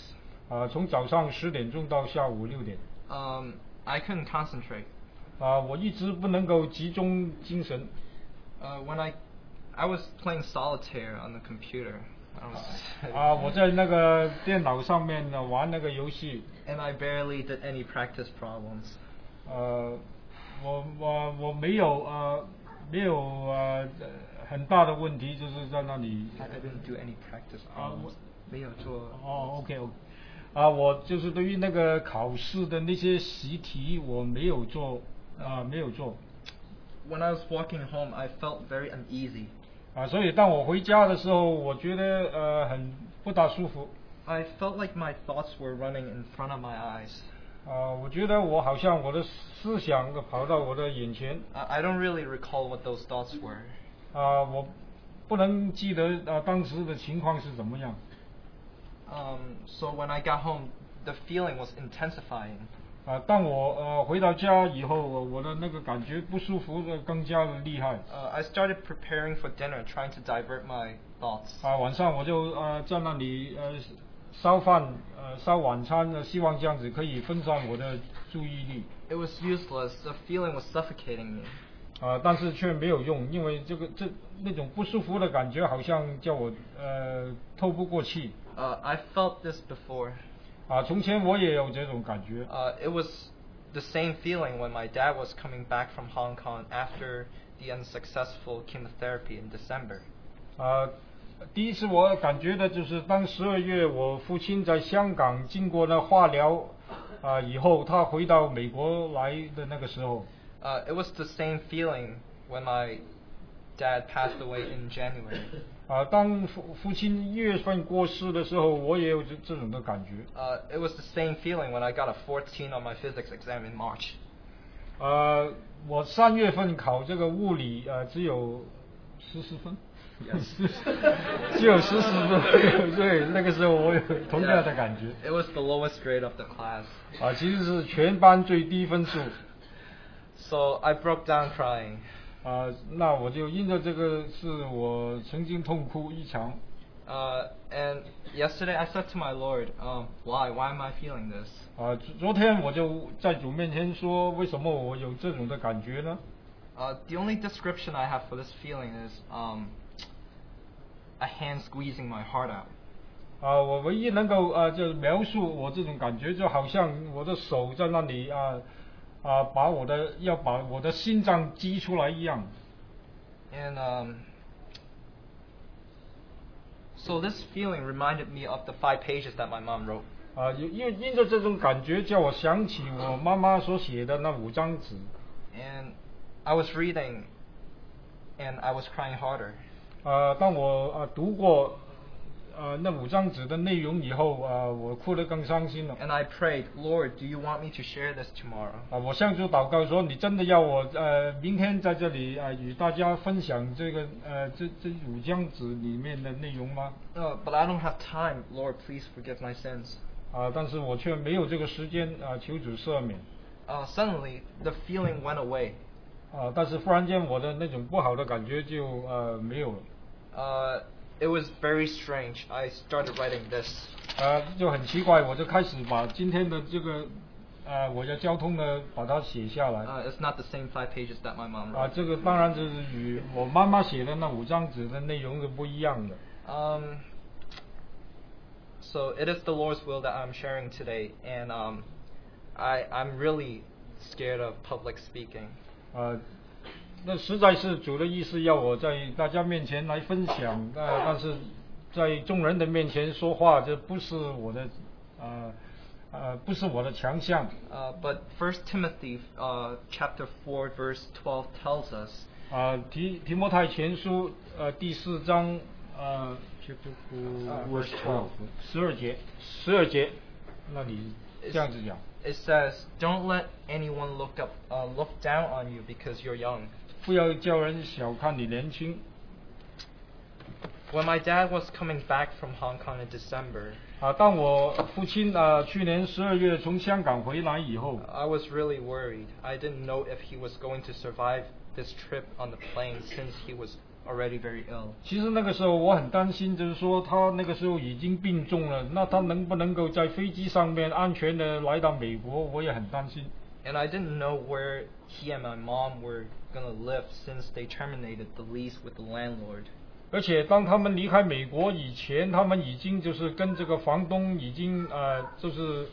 B: 啊、从早上十点钟到下午六 点，
E: Um, I couldn't concentrate.
B: 啊、Uh, 我一直不能够集中精神，
E: Uh, when I, I was playing solitaire on the computer. I was,
B: 啊、Uh, 我在那个电脑上面呢玩那个游戏，
E: and I barely did any practice problems.
B: 呃，我我我没有呃没有呃很大的问题，就是在那里
E: I, I didn't do any practice
B: Ah,
E: problems.
B: wh-
E: 没有做。
B: 哦，OK OK，啊，我就是对于那个考试的那些习题，我没有做，啊，没有做，
E: When I was walking home, I felt very uneasy.
B: 啊，所以当我回家的时候，我觉得呃很不大舒服，
E: I felt like my thoughts were running in front of my eyes.
B: 啊，我觉得我好像我的思想跑到我的眼前，
E: I, I don't really recall what those thoughts were.
B: 啊，我不能记得啊当时的情况是怎么样，
E: Um, so when I got home, the feeling was intensifying.
B: 啊，当我呃回到家以后，我我的那个感觉不舒服的更加的厉害，
E: Uh, I started preparing for dinner, trying to divert my thoughts.
B: 啊，晚上我就呃在那里呃烧饭呃烧晚餐，呃希望这样子可以分散我的注意力，
E: It was useless. The feeling was suffocating me.
B: 啊、但是却没有用，因为这个这那种不舒服的感觉好像叫我呃透不过气，
E: Uh, I felt this before.
B: 啊、从前我也有这种感觉，啊、
E: Uh, it was the same feeling when my dad was coming back from Hong Kong after the unsuccessful chemotherapy in December.
B: 啊第一次我感觉的就是当十二月我父亲在香港经过了化疗，啊、以后他回到美国来的那个时候。
E: Uh, it was the same feeling when my dad passed away in January.
B: 啊，当父父亲一月份过世的时候，我也有这这种的感觉。
E: Uh, it was the same feeling when I got a 14 on my physics exam in March.
B: 呃，我三月份考这个物理，呃，只有十四分。 只有十四分， 对，那个时候我有同样的感觉。
E: It was the lowest grade of the class.
B: 啊，其实是全班最低分数。
E: So I broke down crying.
B: 啊，那我就因着这个事，我曾经痛哭一场。
E: Uh, and yesterday I said to my Lord, um, why? Why am I feeling this?
B: 啊，昨昨天我就在主面前说，为什么我有这种的感觉呢？
E: Uh, the only description I have for this feeling is um, a hand squeezing my heart out.
B: 啊，我唯一能够啊，就是描述我这种感觉，就好像我的手在那里啊啊，把我的要把我的心脏挤出来一样。
E: And um, so this feeling reminded me of the five pages that my mom wrote.
B: 啊，因因因着这种感觉，叫我想起我妈妈所写的那五张纸。
E: And I was reading, and I was crying harder.
B: 啊，当我啊读过啊那五张纸的内容以后，啊，我哭得更伤心了。
E: And I prayed, Lord, do you want me to share this tomorrow?
B: 啊，我向主祷告说，你真的要我呃明天在这里啊、与大家分享这个呃这这五张纸里面的内容吗？
E: No, but I don't have time. Lord, please forgive my sins.
B: 啊，但是我却没有这个时间啊，求主赦免
E: Uh, suddenly, the feeling went away.
B: 啊，但是忽然间我的那种不好的感觉就呃没有了，
E: Uh, it was very strange. I started writing this.
B: 啊，就很奇怪，我就开始把今天的这个呃我的交通呢把它写下来
E: Uh, it's not the same five pages that my mom
B: 啊，
E: wrote.
B: 这个当然就是与我妈妈写的那五张纸的内容是不一样的
E: Um, so it is the Lord's will that I'm sharing today, and um, I I'm really scared of public speaking.
B: 啊。那实在是主的意思要我在大家面前来分享，呃，但是在众人的面前说话，这不是我的，呃，呃，不是我的强项。
E: Uh, but First Timothy uh, chapter 4 verse 12 tells us
B: 啊，提提摩太前书呃第四章呃
E: verse 12
B: 十二节十二节，那你这样子讲，
E: it says don't let anyone look up uh, look down on you because you're young
B: 不要叫人小看你年轻。
E: when my dad was coming back from Hong Kong in December
B: 啊，当我父亲啊、呃去年十二月从香港回来以后，
E: I was really worried I didn't know if he was going to survive this trip on the plane since he was already very ill
B: 其实那个时候我很担心，就是说他那个时候已经病重了，那他能不能够在飞机上面安全的来到美国，我也很担心。
E: and I didn't know where he and my mom were gonna live since they terminated the lease with the landlord
B: 而且当他们离开美国以前，他们已经就是跟这个房东已经呃就是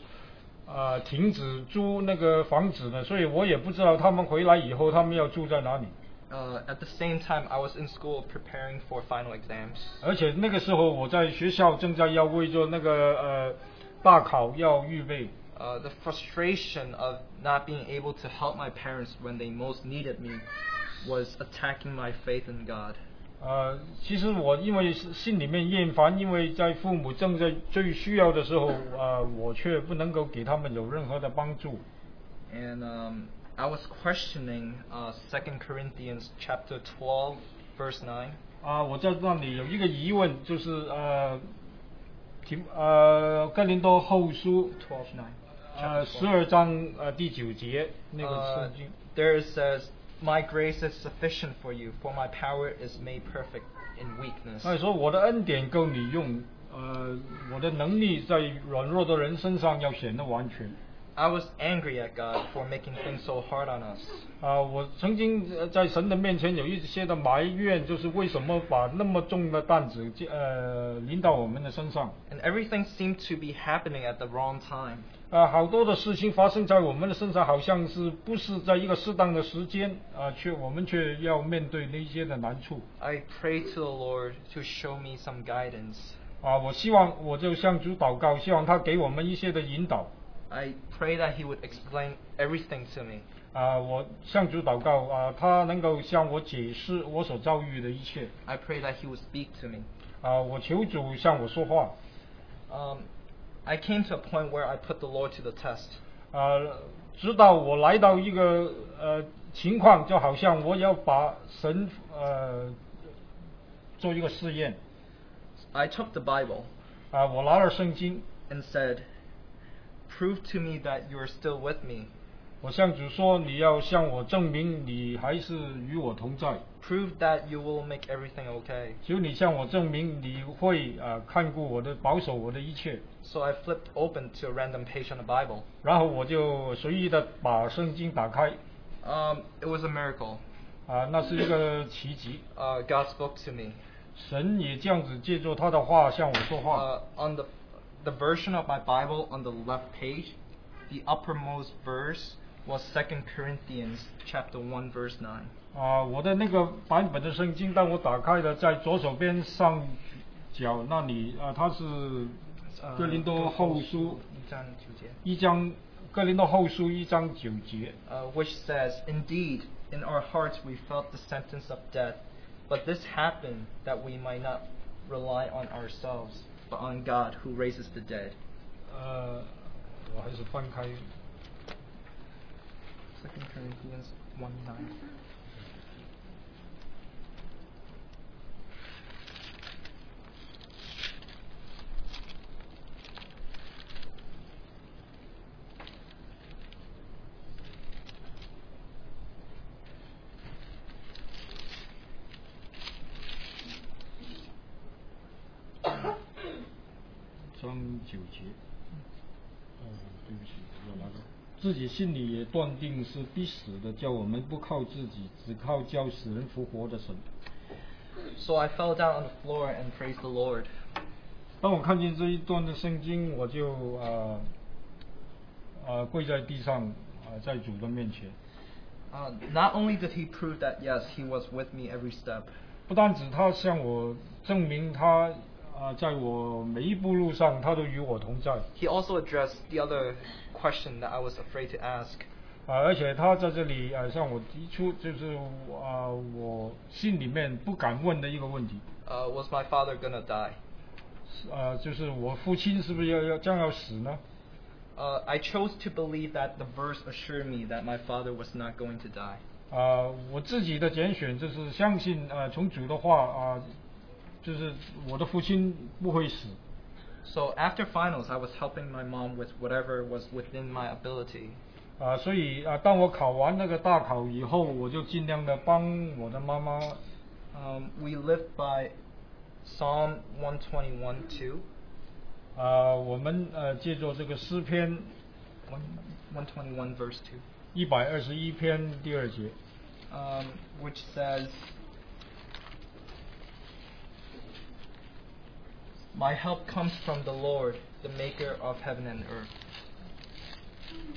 B: 呃停止租那个房子了，所以我也不知道他们回来以后他们要住在哪里。
E: uh, at the same time, I was in school preparing for final exams.
B: 而且那个时候我在学校正在要为着那个呃大考要预备，
E: Uh, the frustration of not being able to help my parents when they most needed me was attacking my faith in God.
B: 呃，其实我因为是心里面厌烦，因为在父母正在最需要的时候，呃，我却不能够给他们有任何的帮助。
E: And um, I was questioning uh, 2 Corinthians chapter 12, verse 9.
B: 啊，我在那里有一个疑问，就是呃，提呃哥林多后书
E: 12, 9.
B: 呃十二章呃第九节那个
E: Uh,
B: 圣经。
E: there it says, My grace is sufficient for you, for my power is made perfect in weakness.
B: 那你说我的恩典够你用，呃，我的能力在软弱的人身上要显得完全。
E: I was angry at God for making things so hard on us.
B: 啊、我曾经呃在神的面前有一些的埋怨，就是为什么把那么重的担子呃临到我们的身上？
E: And everything seemed to be happening at the wrong time.
B: 啊、好多的事情发生在我们的身上，好像是不是在一个适当的时间啊、却我们却要面对那些的难处
E: I prayed to the Lord to show me some guidance.
B: 啊、我希望我就向主祷告，希望他给我们一些的引导
E: I prayed that He would explain everything to me.
B: 啊、我向主祷告啊、他能够向我解释我所遭遇的一切
E: I prayed that He would speak to me.
B: 啊、我求主向我说话
E: Um, I came to a point where I put the Lord to the test.
B: 啊、直到我来到一个呃情况，就好像我要把神呃做一个试验
E: I took the Bible
B: 啊、我拿了圣经。
E: and said, Prove to me that you are still with me.
B: 我向主说：“你要向我证明你还是与我同在，
E: Prove that you will make everything okay.
B: 求你向我证明你会啊、呃看顾我的，保守我的一切。
E: So I flipped open to a random page on the Bible. ”
B: 然后我就随意的把圣经打开，
E: Um, it was a miracle.
B: 啊、那是一个奇迹，
E: Uh, God spoke to me.
B: 神也这样子借助他的话向我说话。
E: Uh, on the the version of my Bible on the left page, the uppermost verse was 2 Corinthians chapter 1 verse 9.
B: 啊、我的那个版本的圣经，当我打开了，在左手边上角那里啊、它是
E: Uh,
B: 哥林多后书一章，哥林多后书一章九节。
E: Uh, which says, Indeed, in our hearts we felt the sentence of death, but this happened that we might not rely on ourselves, but on God who raises the dead.
B: 呃，我还是翻开。
E: 2 Corinthians 1 9.
B: 张九节。哦，对不起，我拿到。自己心里也断定是必死的，叫我们不靠自己，只靠叫死人复活的神。
E: So I fell down on the floor and praised the Lord.
B: 当我看见这一段的圣经，我就呃啊啊、呃跪在地上啊、呃在主的面前
E: Uh, not only did he prove that yes, he was with me every step,
B: 不单止他向我证明他啊、呃在我每一步路上他都与我同在，啊、
E: he also addressed the other question that I was afraid to ask.
B: 呃而且他在这里啊、呃向我提出就是啊、呃我心里面不敢问的一个问题，
E: Uh, was my father gonna die?
B: 呃，就是我父亲是不是要要将要死呢？
E: Uh, I chose to believe that the verse assured me that my father was not going to die.
B: 啊、我自己的拣选就是相信啊、呃从主的话啊、就是我的父亲不会死。
E: So after finals, I was helping my mom with whatever was within my ability.
B: 啊、所以啊、当我考完那个大考以后，我就尽量的帮我的妈妈。
E: Um, we lived by Psalm 121:2.
B: 啊、Uh, 我们呃借助这个诗篇
E: One- 121 verse 2.
B: 一百二十一篇第二节，
E: um, which says, My help comes from the Lord, the maker of heaven and earth.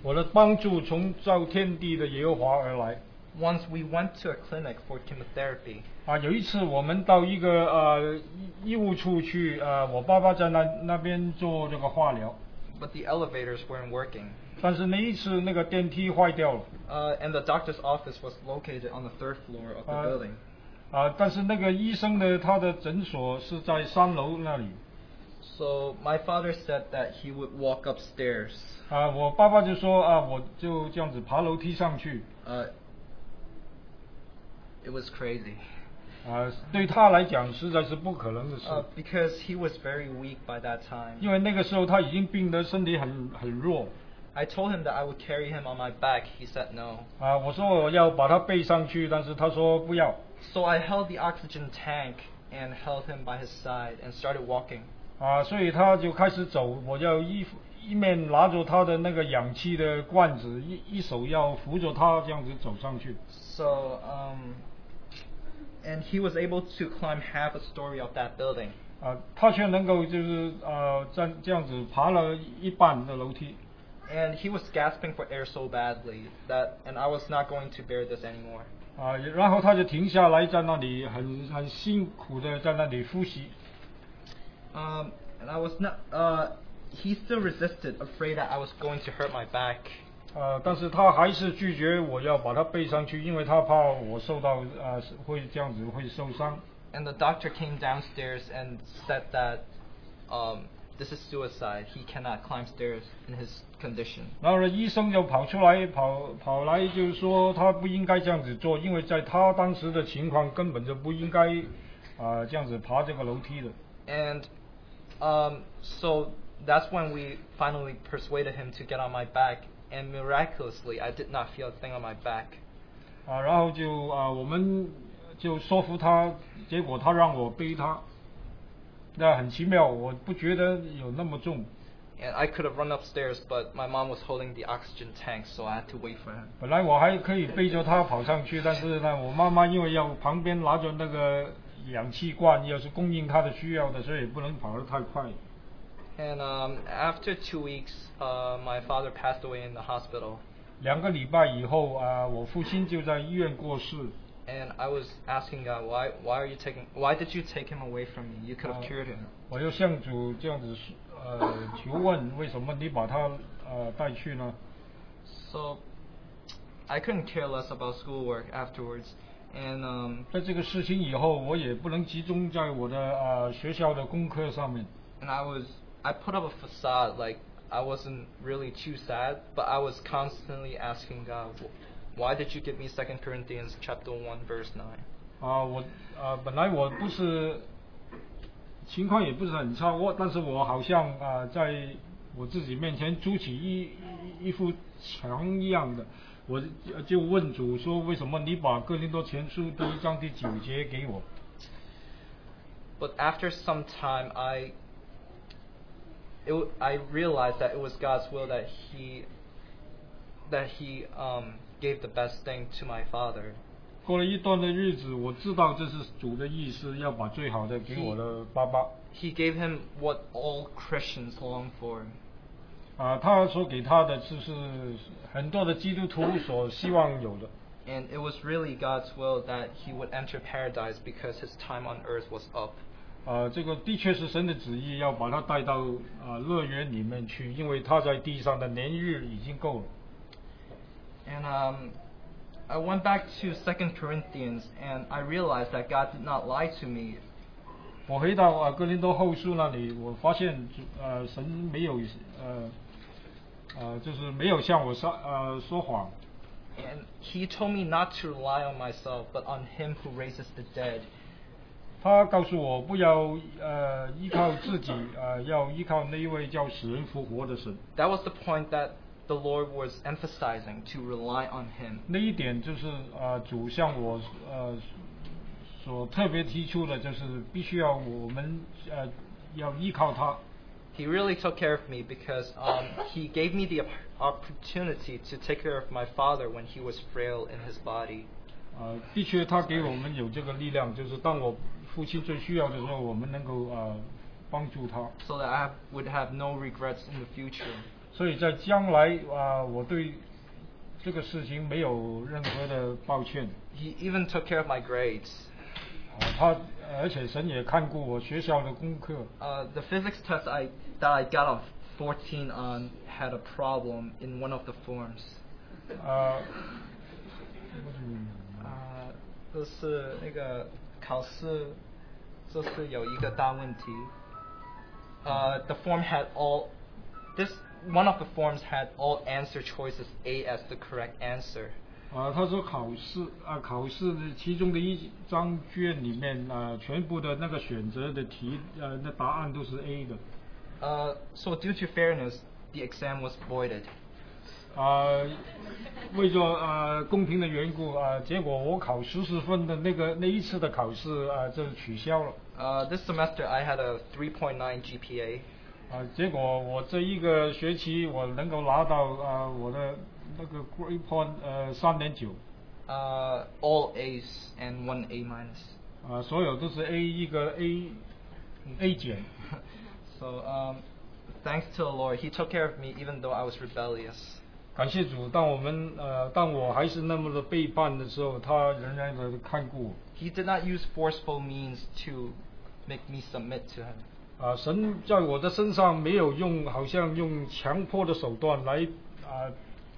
B: 我的帮助从造天地的耶和华而来。
E: Once we went to a clinic for chemotherapy,
B: 啊，有一次我们到一个呃医医务处去，呃，我爸爸在那那边做这个化疗，
E: but the elevators weren't working,
B: 但是那一次那个电梯坏掉了，
E: uh, and the doctor's office was located on the third floor of the
B: Uh,
E: building.
B: 啊，但是那个医生呢，他的诊所是在三楼那里，
E: So my father said that he would walk upstairs.
B: 啊，我爸爸就说啊，我就这样子爬楼梯上去，
E: Uh, it was crazy
B: 啊，对他来讲实在是不可能的事，
E: uh, because he was very weak by that time.
B: 因为那个时候他已经病得身体很很弱，
E: I told him that I would carry him on my back. He said no.
B: 啊，我说我要把他背上去，但是他说不要，
E: So I held the oxygen tank and held him by his side and started walking.
B: 啊，所以他就开始走，我要一一面拿着他的那个氧气的罐子，一一手要扶着他这样子走上去，
E: So, um, and he was able to climb half a story of that building.
B: 啊，他却能够就是呃，这这样子爬了一半的楼梯，
E: And he was gasping for air so badly that, and I was not going to bear this anymore.
B: 啊，然后他就停下来，在那里很很辛苦的在那里呼吸，
E: Um, and I was not, uh, he still resisted, afraid that I was going to hurt my back.
B: 呃，但是他还是拒绝我要把他背上去，因为他怕我受到呃会这样子会受伤，
E: And the doctor came downstairs and said that, um, this is suicide. He cannot climb stairs in his condition.
B: 然后呢，医生就跑出来跑跑来就是说他不应该这样子做，因为在他当时的情况根本就不应该啊、呃这样子爬这个楼梯的。
E: And um, so that's when we finally persuaded him to get on my back. And miraculously, I did not feel a thing on my back.
B: 啊，然后就啊，我们就说服他，结果他让我背他，那很奇妙，我不觉得有那么重。
E: And I could have run upstairs, but my mom was holding the oxygen tank, so I had to wait for him.
B: 本来我还可以背着他跑上去，但是呢，我妈妈因为要旁边拿着那个氧气罐，要是供应他的需要的，所以不能跑得太快。
E: And um, after two weeks, uh, my father passed away in the hospital.
B: 两个礼拜以后啊，我父亲就在医院过世。
E: And I was asking God, why, why are you taking, why did you take him away from me? You could have
B: Uh,
E: cured him.
B: 我又向主这样子呃求问，为什么你把他呃带去呢？
E: So I couldn't care less about schoolwork afterwards. And um,
B: 在这个事情以后，我也不能集中在我的呃学校的功课上面。
E: and I was I put up a facade like I wasn't really too sad, but I was constantly asking God, "Wh- why did you give me Second Corinthians chapter one verse nine?
B: 啊、我啊、本来我不是情况也不是很差，我但是我好像啊、在我自己面前筑起一一一副墙一样的，我就就问主说，为什么你把哥林多前书第一章第九节给我？
E: But after some time, I it, w- I realized that it was God's will that he that he um, gave the best thing to my father.
B: 过了一段的日子，我知道这是主的意思，要把最好的给我的爸爸。
E: He gave him what all Christians long for.
B: 啊，他所给他的就是很多的基督徒所希望有的。
E: and it was really God's will that he would enter paradise because his time on earth was up.
B: 呃，这个的确是神的旨意，要把他带到啊、呃乐园里面去，因为他在地上的年日已经够了。
E: And um, I went back to Second Corinthians and I realized that God did not lie to me.
B: 我回到啊、呃哥林多后书那里，我发现主呃神没有呃呃就是没有向我撒呃说谎，
E: And he told me not to rely on myself, but on him who raises the dead.
B: 他告诉我不要呃依靠自己，呃要依靠那一位叫死人复活的神。
E: That was the point that the Lord was emphasizing to rely on him.
B: 那一点就是呃主向我呃所特别提出的，就是必须要我们呃要依靠他。
E: He really took care of me because um, he gave me the op- opportunity to take care of my father when he was frail in his body.
B: 呃，的确，他给我们有这个力量，就是当我父亲最需要的时候，我们能够呃帮助他。
E: so that I have- would have no regrets in the future.
B: 所以在将来啊、呃我对这个事情没有任何的抱歉。
E: He even took care of my grades.
B: 啊、他而且神也看过我学校的功课，
E: Uh, the physics test I that I got a 14 on had a problem in one of the forms.
B: 呃，
E: Uh, 就是那个考试，就是有一个大问题。Uh, the form had all this one of the forms had all answer choices A as the correct answer.
B: 啊、他说考试啊、考试的其中的一张卷里面啊、呃全部的那个选择的题呃，那答案都是 A 的。
E: Uh, so due to fairness, the exam was voided.
B: 啊、为着啊、公平的缘故啊、结果我考十四分的那个那一次的考试啊、就取消了
E: Uh, this semester I had a 3.9 GPA.
B: 啊、结果我这一个学期我能够拿到啊、我的那个 grade point 呃三点九
E: Uh, all A's and one A minus.
B: 啊，所有都是 A 一个 A 嗯 A 减
E: So um, thanks to the Lord, He took care of me even though I was rebellious.
B: 感谢主，当我们呃，当我还是那么的背叛的时候，他仍然的看顾我。
E: He did not use forceful means to make me submit to Him.
B: 啊、神在我的身上没有用，好像用强迫的手段来啊、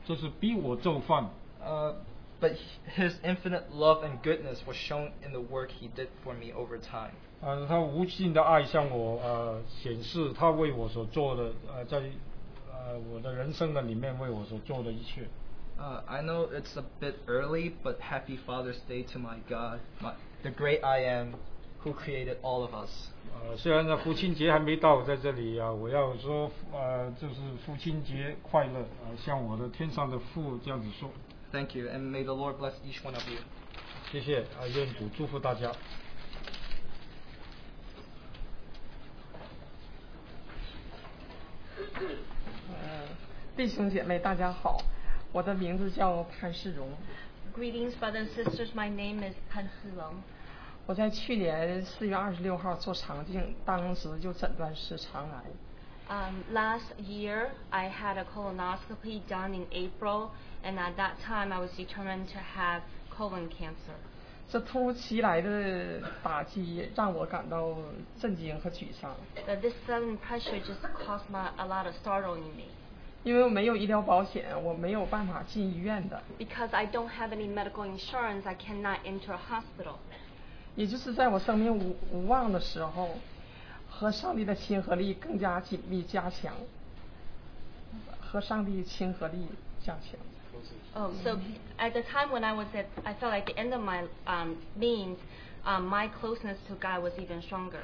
B: 就是逼我做饭。
E: Uh, but His infinite love and goodness was shown in the work He did for me over time.
B: 啊、他无尽的爱向我呃显示他为我所做的呃，在呃我的人生的里面为我所做的一切。
E: Uh, I know it's a bit early, but happy Father's Day to my God, my, the great I am, who created all of us.
B: 呃，Uh, 虽然呢父亲节还没到，在这里啊，我要说呃，就是父亲节快乐啊、向我的天上的父这样子说。
E: Thank you, and may the Lord bless each one of you.
B: 谢谢啊，愿主祝福大家。
G: 呃，弟兄姐妹，大家好，我的名字叫潘世荣。
H: Greetings, brothers and sisters. My name is Pan Silong.
G: 我在去年四月二十六号做肠镜，当时就诊断是肠癌。
H: Um, last year, I had a colonoscopy done in April, and at that time, I was determined to have colon cancer.
G: 这突如其来的打击让我感到震惊和沮丧，
H: But Uh, this sudden pressure just caused my, a lot of startle in me
G: 因为我没有医疗保险，我没有办法进医院的。
H: because I don't have any medical insurance. I cannot enter a hospital.
G: 也就是在我生命无无望的时候，和上帝的亲和力更加紧密加强，和上帝亲和力加强。
H: Oh, so at the time when I was at, I felt like the end of my um, means, um, my closeness to God was even stronger.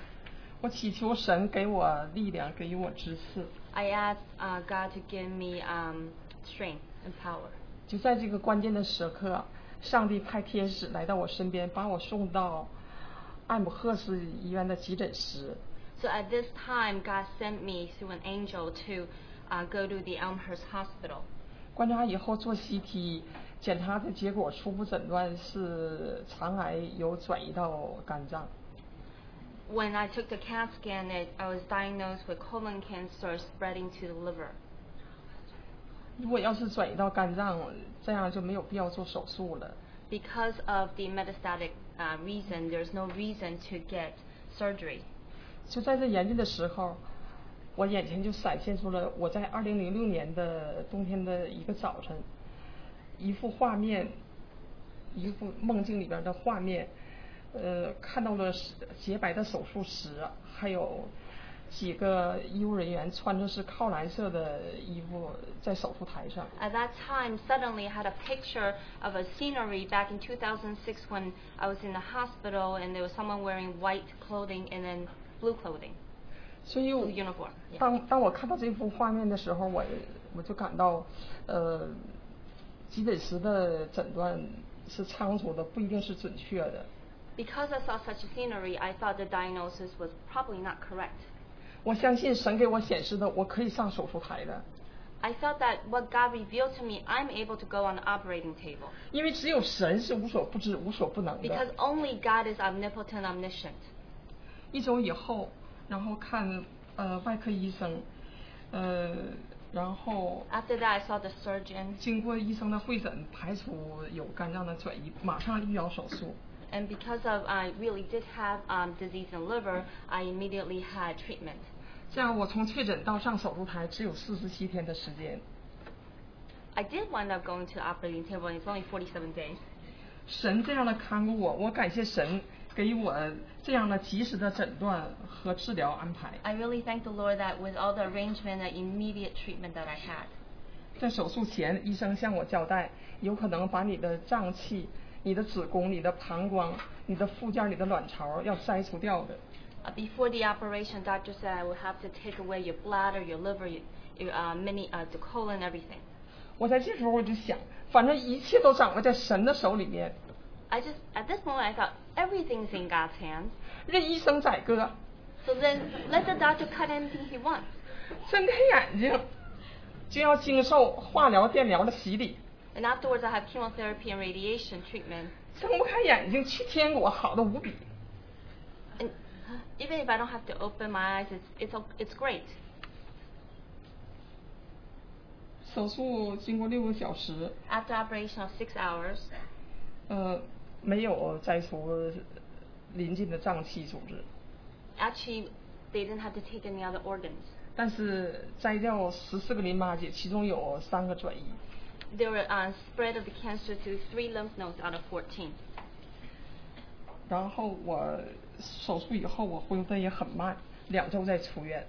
G: 我祈求神给我力量，给我支持。
H: I asked uh, God to give me um, strength and power.
G: 就在这个关键的时刻，上帝派天使来到我身边，把我送到艾姆赫斯医院的急诊室。
H: So at this time, God sent me through an angel to uh, go to the Elmhurst Hospital.
G: 观察以后做 CT 检查的结果，初步诊断是肠癌有转移到肝脏。
H: When I took the CAT scan, it, I was diagnosed with colon cancer spreading to the liver.
G: 如果要是转移到肝脏，这样就没有必要做手术了，
H: because of the metastatic uh, reason, there's no reason to get surgery.
G: 就在这研究的时候，我眼前就闪现出了我在二零零六年的冬天的一个早晨，一幅画面，一幅梦境里边的画面，呃，看到了是洁白的手术室，还有几个医务人员穿着是靠蓝色的衣服在手术台上。
H: At that time, suddenly I had a picture of a scenery back in 2006 when I was in the hospital and there was someone wearing white clothing and then blue clothing,
G: 所以我
H: blue uniform. Yeah.
G: 当当我看到这幅画面的时候，我我就感到，呃，急诊室的诊断是仓促的，不一定是准确的。
H: Because I saw such scenery, I thought the diagnosis was probably not correct.
G: 我相信神给我显示的，我可以上手术台的，
H: I felt that what God revealed to me, I'm able to go on the operating table
G: 因为只有神是无所不知、无所不能
H: because
G: 的。
H: only God is omnipotent, omniscient.
G: 一周以后，然后看呃外科医生，呃，然后
H: After that, I saw the surgeon,
G: 经过医生的会诊，排除有肝脏的转移，马上医疗手术。
H: and because of I really did have um, disease in liver, I immediately had treatment.
G: 这样我从确诊到上手术台只有四十七天的时间。
H: I did wind up going to the operating table, and it's only 47 days.
G: 神这样的看顾我，我感谢神给予我这样的及时的诊断和治疗安排。
H: I really thank the Lord that with all the arrangement and immediate treatment that I had.
G: 在手术前，医生向我交代，有可能把你的脏器、你的子宫、你的膀胱、你的附件、你的卵巢要摘除掉的。
H: Uh, before the operation, doctor said I would have to take away your bladder, your liver, your, your uh, mini, uh, the colon, everything.
G: 我在这时候我就想，反正一切都掌握在神的手里面，
H: I just at this moment I thought everything's in God's hands.
G: 任医生宰割，
H: So then let the doctor cut anything he wants.
G: 睁开眼睛就要经受化疗、电疗的洗礼，
H: And afterwards I had chemotherapy and radiation treatment.
G: 睁不开眼睛去天国，好的无比。
H: And uh, even if I don't have to open my eyes, it's it's o- it's great.
G: 手术经过六个小时，
H: After operation of six hours,
G: 呃，没有摘除邻近的脏器组织，
H: actually they didn't have to take any other organs.
G: 但是摘掉十四个淋巴结，其中有三个转移。
H: There were uh, spread of the cancer to three lymph nodes out of 14.
G: 然后我手术以后，我恢复的也很慢，两周再出院，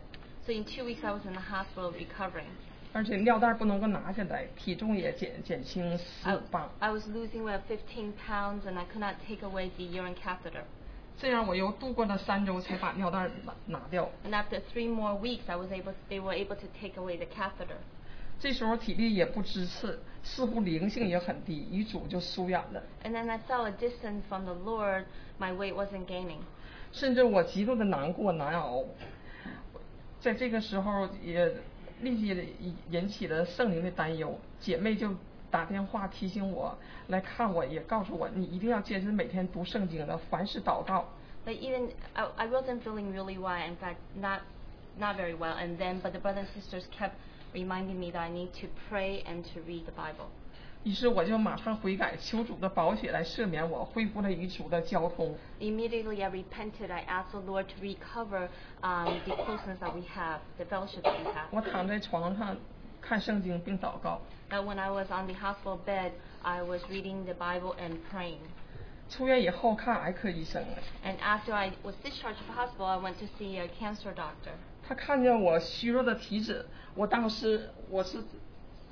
H: So in two weeks I was in the hospital recovering.
G: 而且尿袋不能够拿下来，体重也减减轻十
H: I,
G: 五磅，
H: I was losing weight of 15 pounds and I could not take away the urine catheter.
G: 这样我又度过了三周，才把尿袋拿拿掉。
H: And after three more weeks, I was able. They were able to take away the catheter.
G: 这时候体力也不支持，似乎灵性也很低，与主就疏远了，
H: And then I felt a distance from the Lord. My weight wasn't gaining.
G: 甚至我极度的难过难熬。在这个时候也立即地引起了圣灵的担忧，姐妹就打电话提醒我来看我，也告诉我你一定要坚持每天读圣经的，凡事祷告。
H: But even I, I wasn't feeling really well. In fact, not not very well. And then, but the brothers and sisters kept reminding me that I need to pray and to read the Bible.
G: 于是我就马上悔改，求主的宝血来赦免我，恢复了与主的交通。
H: Immediately, I repented. I asked the Lord to recover um, the closeness that we have, the fellowship that we
G: 我
H: have.
G: 躺在床上看圣经并祷告。
H: That when I was on the hospital bed, I was reading the Bible and praying.
G: 出院以后看癌科医生了，
H: And after I was discharged from hospital, I went to see a cancer doctor.
G: 他看见我虚弱的体脂，我当时我是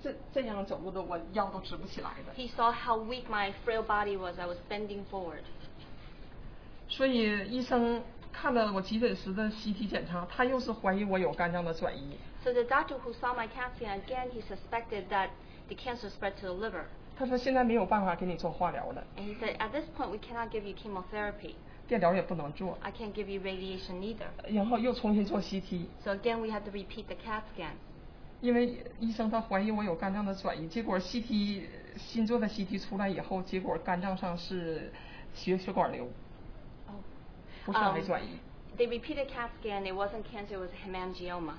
G: 这这样走路的，我腰都直不起来的。
H: He saw how weak my frail body was. I was bending forward.
G: 所以医生看了我急诊室的 CT 检查，他又是怀疑我有肝脏的转移。
H: So the doctor who saw my CAT scan again, he suspected that the cancer spread to the liver.
G: 他说现在没有办法给你做化疗了，
H: And he said, at this point, we cannot give you chemotherapy.
G: 电疗也不能做。
H: I can't give you radiation either.
G: 然后又重新做 CT，
H: So again, we had to repeat the CAT scan.
G: 因为医生他怀疑我有肝脏的转移，结果 CT 新做的 CT 出来以后，结果肝脏上是血血管瘤，不是
H: Um,
G: 癌转移。
H: they repeated CAT scan. It wasn't cancer. It was hemangioma.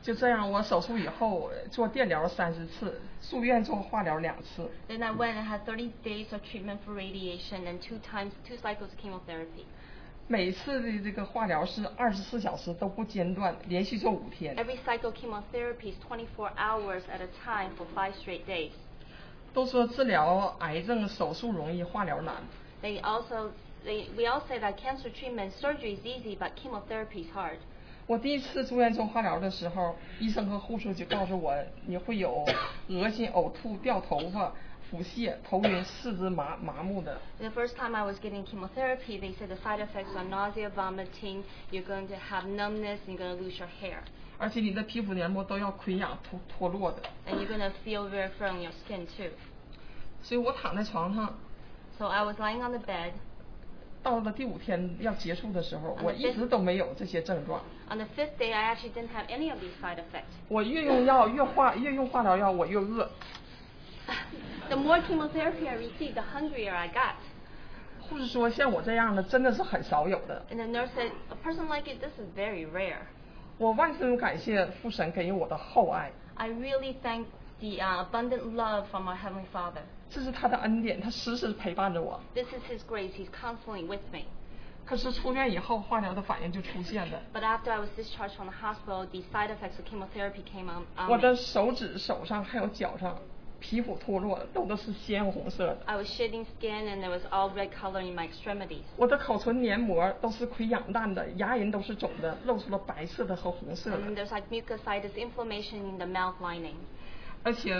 G: 就这样，我手术以后呃做电疗三十次，住院做化疗两次。
H: Then I went and had 30 days of treatment for radiation and two times, two cycles of chemotherapy.
G: 每次的这个化疗是二十四小时都不间断，连续做五天，
H: Every cycle of chemotherapy is 24 hours at a time for five straight days.
G: 都说治疗癌症手术容易，化疗难。
H: They also, they, we all say that cancer treatment, surgery is easy, but chemotherapy is hard.
G: 我第一次住院做化疗的时候，医生和护士就告诉我，你会有恶心、呕吐、掉头发、腹泻、头晕、四肢麻麻木的。
H: The first time I was getting chemotherapy, they said the side effects are nausea, vomiting, you're going to have numbness, and you're going to lose your hair.
G: 而且你的皮肤黏膜都要溃疡脱脱落的，
H: And you're going to feel very firm on your skin too.
G: 所以我躺在床上，
H: So I was lying on the bed.
G: 到了第五天要结束的时候，我一直都没有这些症状。
H: On the fifth day, I actually didn't have any of these side effects.
G: 我越用药越化越用化疗药，我越饿。
H: The more chemotherapy I received, the hungrier I got.
G: 护士说像我这样的真的是很少有的。
H: And the nurse said, a person like you, this is very rare.
G: 我万分感谢父神给予我的厚爱，
H: I really thank the uh, abundant love from our Heavenly Father.
G: 这是他的恩典，他时时陪伴着我。
H: This is His grace. He's constantly with me.
G: 可是出院以后，化疗的反应就出现了。
H: But after I was discharged from the hospital, the side effects of chemotherapy came on,
G: 我
H: on
G: 的
H: me.
G: 手指、手上还有脚上，皮肤脱落，都都是鲜红色的。
H: I was shedding skin and there was all red color in my extremities.
G: 我的口唇黏膜都是溃疡烂的，牙龈都是肿的，露出了白色的和红色
H: And
G: 的，
H: there's like mucositis inflammation in the mouth lining.
G: 而且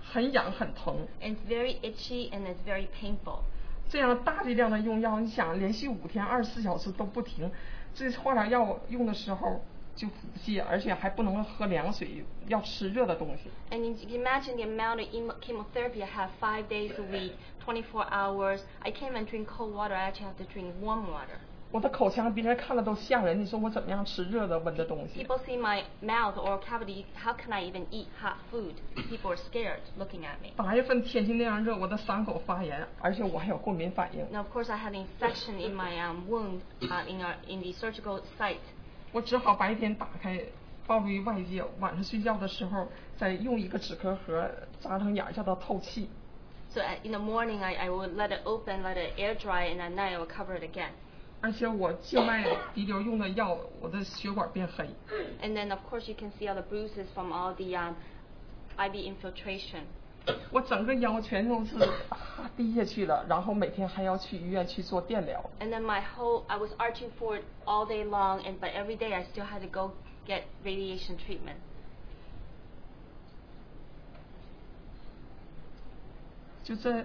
G: 很痒很疼。
H: And it's very itchy and it's very painful.
G: 这样大剂量的用药，你想连续五天二十四小时都不停，这化疗药用的时候就腹泻，而且还不能喝凉水，要吃热的东西。
H: And you can imagine the amount of emo- chemotherapy I have five days a week, 24 hours. I can't even drink cold water. I actually have to drink warm water.
G: 我的口腔别人看了都吓人，你说我怎么样吃热的温的东西？
H: People see my mouth or cavity. How can I even eat hot food? People are scared looking at me.
G: 八月份天气那样热，我的伤口发炎，而且我还有过敏反应，
H: Now, of course, I had an infection in my um, wound uh, in, our, in the surgical site. uh,
G: 我只好白天打开暴露于外界，晚上睡觉的时候再用一个纸壳盒扎上眼儿，叫它透气。
H: So uh, in the morning, I, I would let it open, let it air dry, and at night I would cover it again.
G: 而且我静脉滴流用的药，我的血管变黑。
H: And then, of course, you can see all the bruises from all the um, IV infiltration.
G: 我整个腰全都是 啊低下去了，然后每天还要去医院去做电疗。
H: And then my whole, I was arching forward all day long, and but every day I still had to go get radiation treatment.
G: 就这，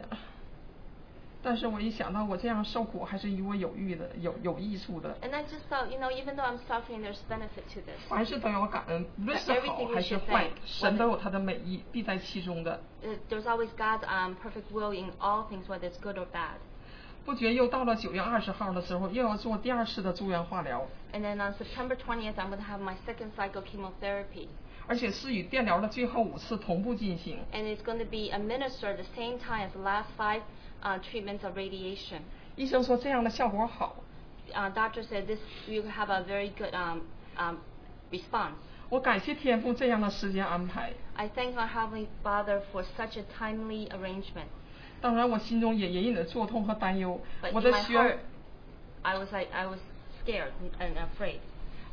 G: 但是我一想到我这样受苦还是与我有益的，有有益处的，
H: And I just thought, you know, even though I'm suffering, there's benefit to this.
G: 凡事都要感恩，无论是好还是坏，神都有他的美意，必在其中的。
H: Uh, There's always God's um, perfect will in all things, whether it's good or bad.
G: 不觉又到了九月二十号的时候，又要做第二次的住院化疗，
H: And then on September 20th, I'm going to have my second cycle chemotherapy.
G: 而且是与电疗的最后五次同步进行。
H: And it's going to be administered at the same time as the last five uh, treatments of radiation.
G: 医生说这样的效果好，
H: Uh, doctor said this, you have a very good um, um, response.
G: 我感谢天父这样的时间安排。
H: I thank my Heavenly Father for such a timely arrangement.
G: 当然，我心中也隐隐的作痛和担忧
H: But，
G: 我
H: in
G: 的
H: my
G: 血
H: heart,，I was like, I was scared and afraid.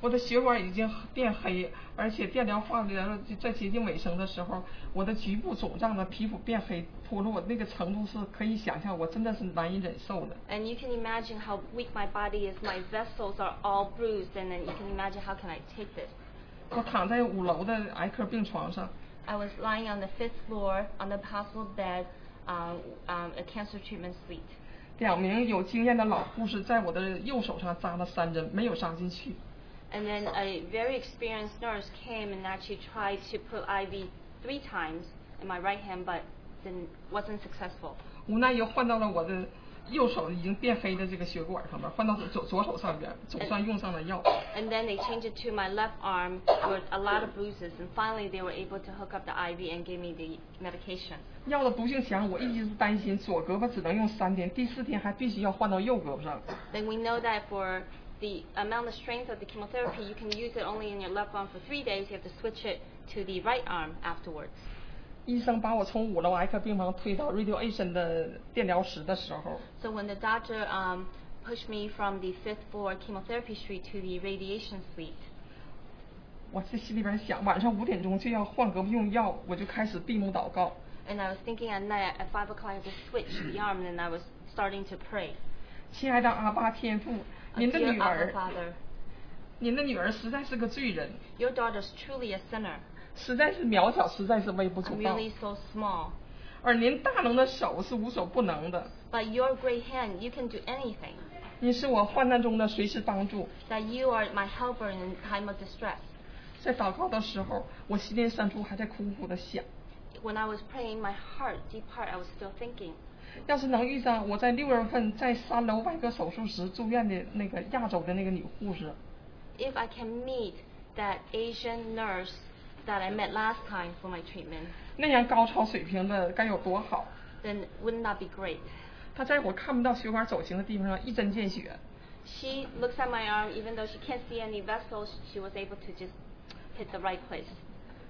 G: 我的血管已经变黑，而且电疗化疗在接近尾声的时候，我的局部肿胀的皮肤变黑脱落，那个程度是可以想象，我真的是难以忍受的。
H: And you can imagine how weak my body is. My vessels are all bruised, and then you can imagine how can I take this.
G: 我躺在五楼的癌科病床上，
H: I was lying on the fifth floor on the hospital bed, um, um, a cancer treatment suite.
G: 两名有经验的老护士在我的右手上扎了三针，没有扎进去。
H: And then a very experienced nurse came and actually tried to put IV three times in my right hand, but didn't, wasn't successful.
G: 无奈又换到了我的右手已经变黑的这个血管上面，换到左左左手上边，总算用上了药。
H: And then they changed it to my left arm with a lot of bruises. And finally, they were able to hook up the IV and give me the medication.
G: 药的毒性强，我一直是担心左胳膊只能用三天，第四天还必须要换到右胳膊上。
H: Then we know that for the amount of strength of the chemotherapy, you can use it only in your left arm for three days. You have to switch it to the right arm afterwards.
G: 医生把我从五楼癌科病房推到 radiation 的电疗室的时候，
H: So when the doctor um, pushed me from the fifth floor chemotherapy suite to the radiation suite,
G: 我这心里边想，晚上五点钟就要换胳膊用药，我就开始闭目祷告。
H: and I was thinking at night at five o'clock I just switched the arm, and I was starting to pray.
G: 亲爱的阿爸天父，您的
H: dear
G: 女
H: Abba
G: 儿，
H: Father,
G: 您的女儿实在是个罪人，
H: your daughter is truly a sinner.
G: 实在是渺小，实在是微不足
H: I'm
G: 道。
H: really so small,
G: 而您大能的手是无所不能的，
H: but your great hand, you can do anything.
G: 你是我患难中的随时帮助。
H: That you are my helper in time of distress.
G: 在祷告的时候，我心灵深处还在苦苦的想，
H: When I was praying, my heart, deep heart, I was still thinking.
G: 要是能遇上我在六月份在三楼外科手术时住院的那个亚洲的那个女护士，
H: if I can meet that Asian nurse that I met last time for my treatment,
G: 那样高超水平的该有多好！
H: then wouldn't that be great?
G: 她在我看不到血管走形的地方上一针见血，
H: She looks at my arm, even though she can't see any vessels, she was able to just hit the right place.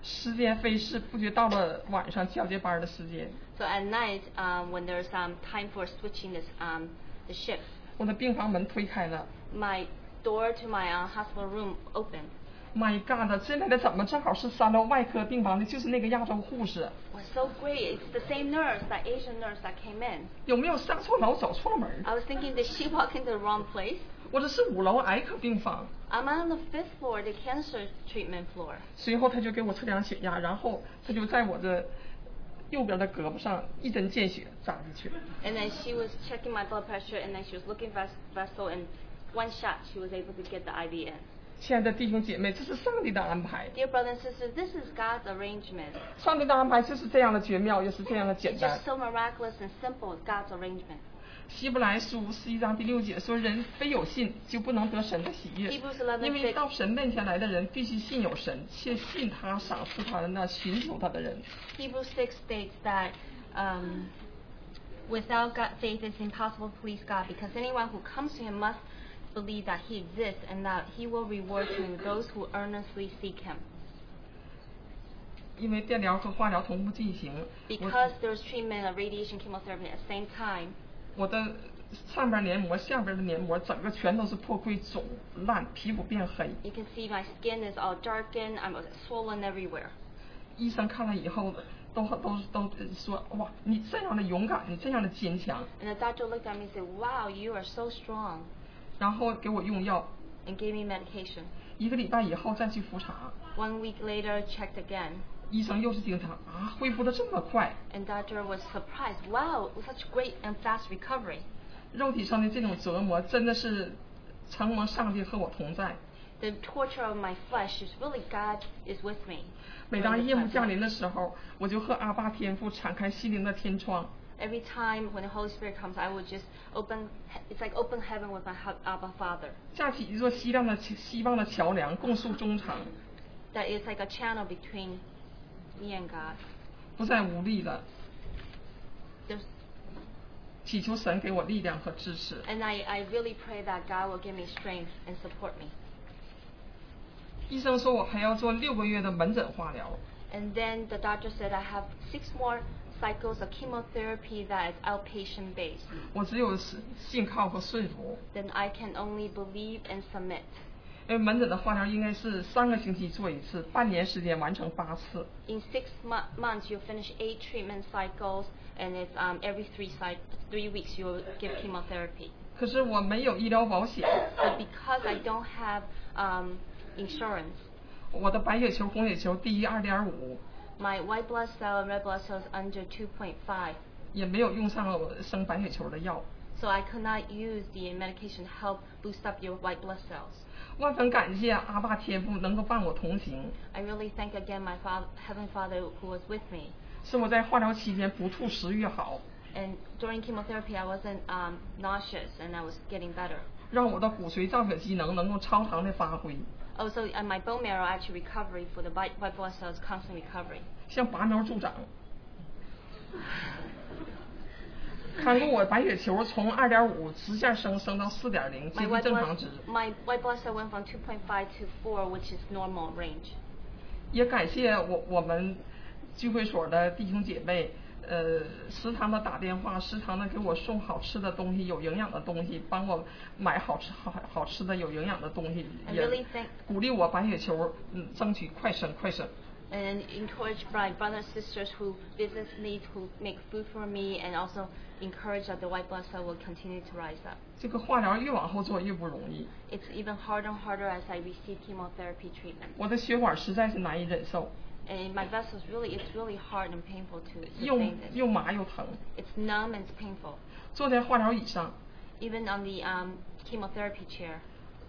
G: 时间飞逝，不觉到了晚上交接班的时间，
H: So at night, um, when there's um, time for switching this, um, the shift,
G: 我的病房门推开了。
H: my door to my uh, hospital room opened.
G: My God，进来的怎么正好是三楼外科病房的，就是那个亚洲护士，
H: was so great. It's the same nurse, that Asian nurse that came in.
G: 有没有上错楼走错门儿？
H: I was thinking, did she walk in the wrong place?
G: 我这是五楼癌科病房。
H: I'm on the fifth floor, the cancer treatment floor.
G: 随后他就给我测量血压，然后他就在我这右边的胳膊上一针见血扎进去了。
H: And then she was checking my blood pressure, and then she was looking ves- vessel, and one shot she was able to get the IV in.
G: 亲爱的弟兄姐妹，这是上帝的安排，
H: Dear brothers and sisters, this is God's arrangement.
G: 上帝的安排就是这样的绝妙，也是这样的简
H: It's
G: 单
H: just。so miraculous and simple. It's God's arrangement.
G: 希伯来书十一章第六节说：“人非有信，就不能得神的喜悦
H: Hebrews 11。
G: 因为
H: six
G: 到神面前来的人，必须信有神，且信他赏赐他的那寻求他的人。
H: Hebrews 6 states that um, without God, faith it's impossible to please God because anyone who comes to Him must believe that He exists and that He will reward him those who earnestly seek Him.
G: 因为电疗和化疗同步进行，
H: Because
G: 我
H: there's treatment of radiation chemotherapy at the same time,
G: 我的上边黏膜、下边的黏膜整个全都是破溃、肿烂，皮肤变黑。
H: you can see my skin is all darkened, I'm swollen everywhere.
G: 医生看了以后，都都都说：哇，你这样的勇敢，你这样的坚强。
H: And the doctor looked at me and said, Wow, you are so strong,
G: 然后给我用药，
H: and gave me medication.
G: 一个礼拜以后再去复查，
H: One week later, checked again,
G: 医生又是惊叹啊，恢复的这么快，
H: and doctor was surprised. Wow, such great and fast recovery.
G: 肉体上的这种折磨真的是承蒙上帝和我同在。
H: The torture of my flesh is really God is with me.
G: 每当夜幕降临的时候，我就和阿爸天父敞开心灵的天窗，
H: Every time when the Holy Spirit comes, I will just open. It's like open heaven with my hu- Abba Father.
G: 架起一座希望的希望的桥梁，共诉衷肠，
H: That is like a channel between me and God.
G: 不再无力了。
H: There's,
G: 祈求神给我力量和支持。
H: and I, I really pray that God will give me strength and support me.
G: 医生说我还要做六个月的门诊化疗，
H: And then the doctor said I have six more cycles of chemotherapy that is outpatient based.
G: 我只有信信靠和顺服。
H: Then I can only believe and submit.
G: 因为门诊的化疗应该是三个星期做一次，半年时间完成八次。
H: In six mo- months, you'll finish eight treatment cycles, and it's um, every three cy- three weeks you'll give chemotherapy.
G: 可是我没有医疗保险，
H: But because I don't have um, insurance,
G: 我的白血球、红血球低于二点五，
H: my white blood cell and red blood cells under 2.5,
G: 也没有用上我生白血球的药。
H: so I could not use the medication to help boost up your white blood cells.
G: 万分感谢阿爸天父能够伴我同行，
H: I really thank again my father, Heavenly Father who was with me.
G: 是我在化疗期间不吐食欲好，
H: And during chemotherapy, I wasn't um, nauseous and I was getting better.
G: 让我的骨髓造血机能能够超常的发挥，
H: Also, Oh, and my bone marrow actually recovery for the white, white blood cells constant recovery.
G: 像拔苗助长。看过我白血球从二点五直线升升到四点零，接
H: My
G: 近
H: white
G: 正常
H: blood,
G: 值。
H: my white blood cell went from 2.5 to 4, which is normal range.
G: 也感谢我我们聚会所的弟兄姐妹，呃，时常的打电话，时常的给我送好吃的东西，有营养的东西，帮我买好吃好好吃的有营养的东西，
H: I
G: 也
H: really thank-
G: 鼓励我白血球，嗯，争取快升快升。
H: And encouraged by brothers and sisters who business leads who make food for me, and also encouraged that the white blood cell will continue to rise up.
G: 这个化疗越往后做越不容易，
H: It's even harder and harder as I receive chemotherapy treatment.
G: 我的血管实在是难以忍受，
H: And my vessels really, it's really hard and painful to
G: 又
H: sustain this.
G: 又麻又疼，
H: It's numb and it's painful.
G: 坐在化疗椅上，
H: Even on the um, chemotherapy chair,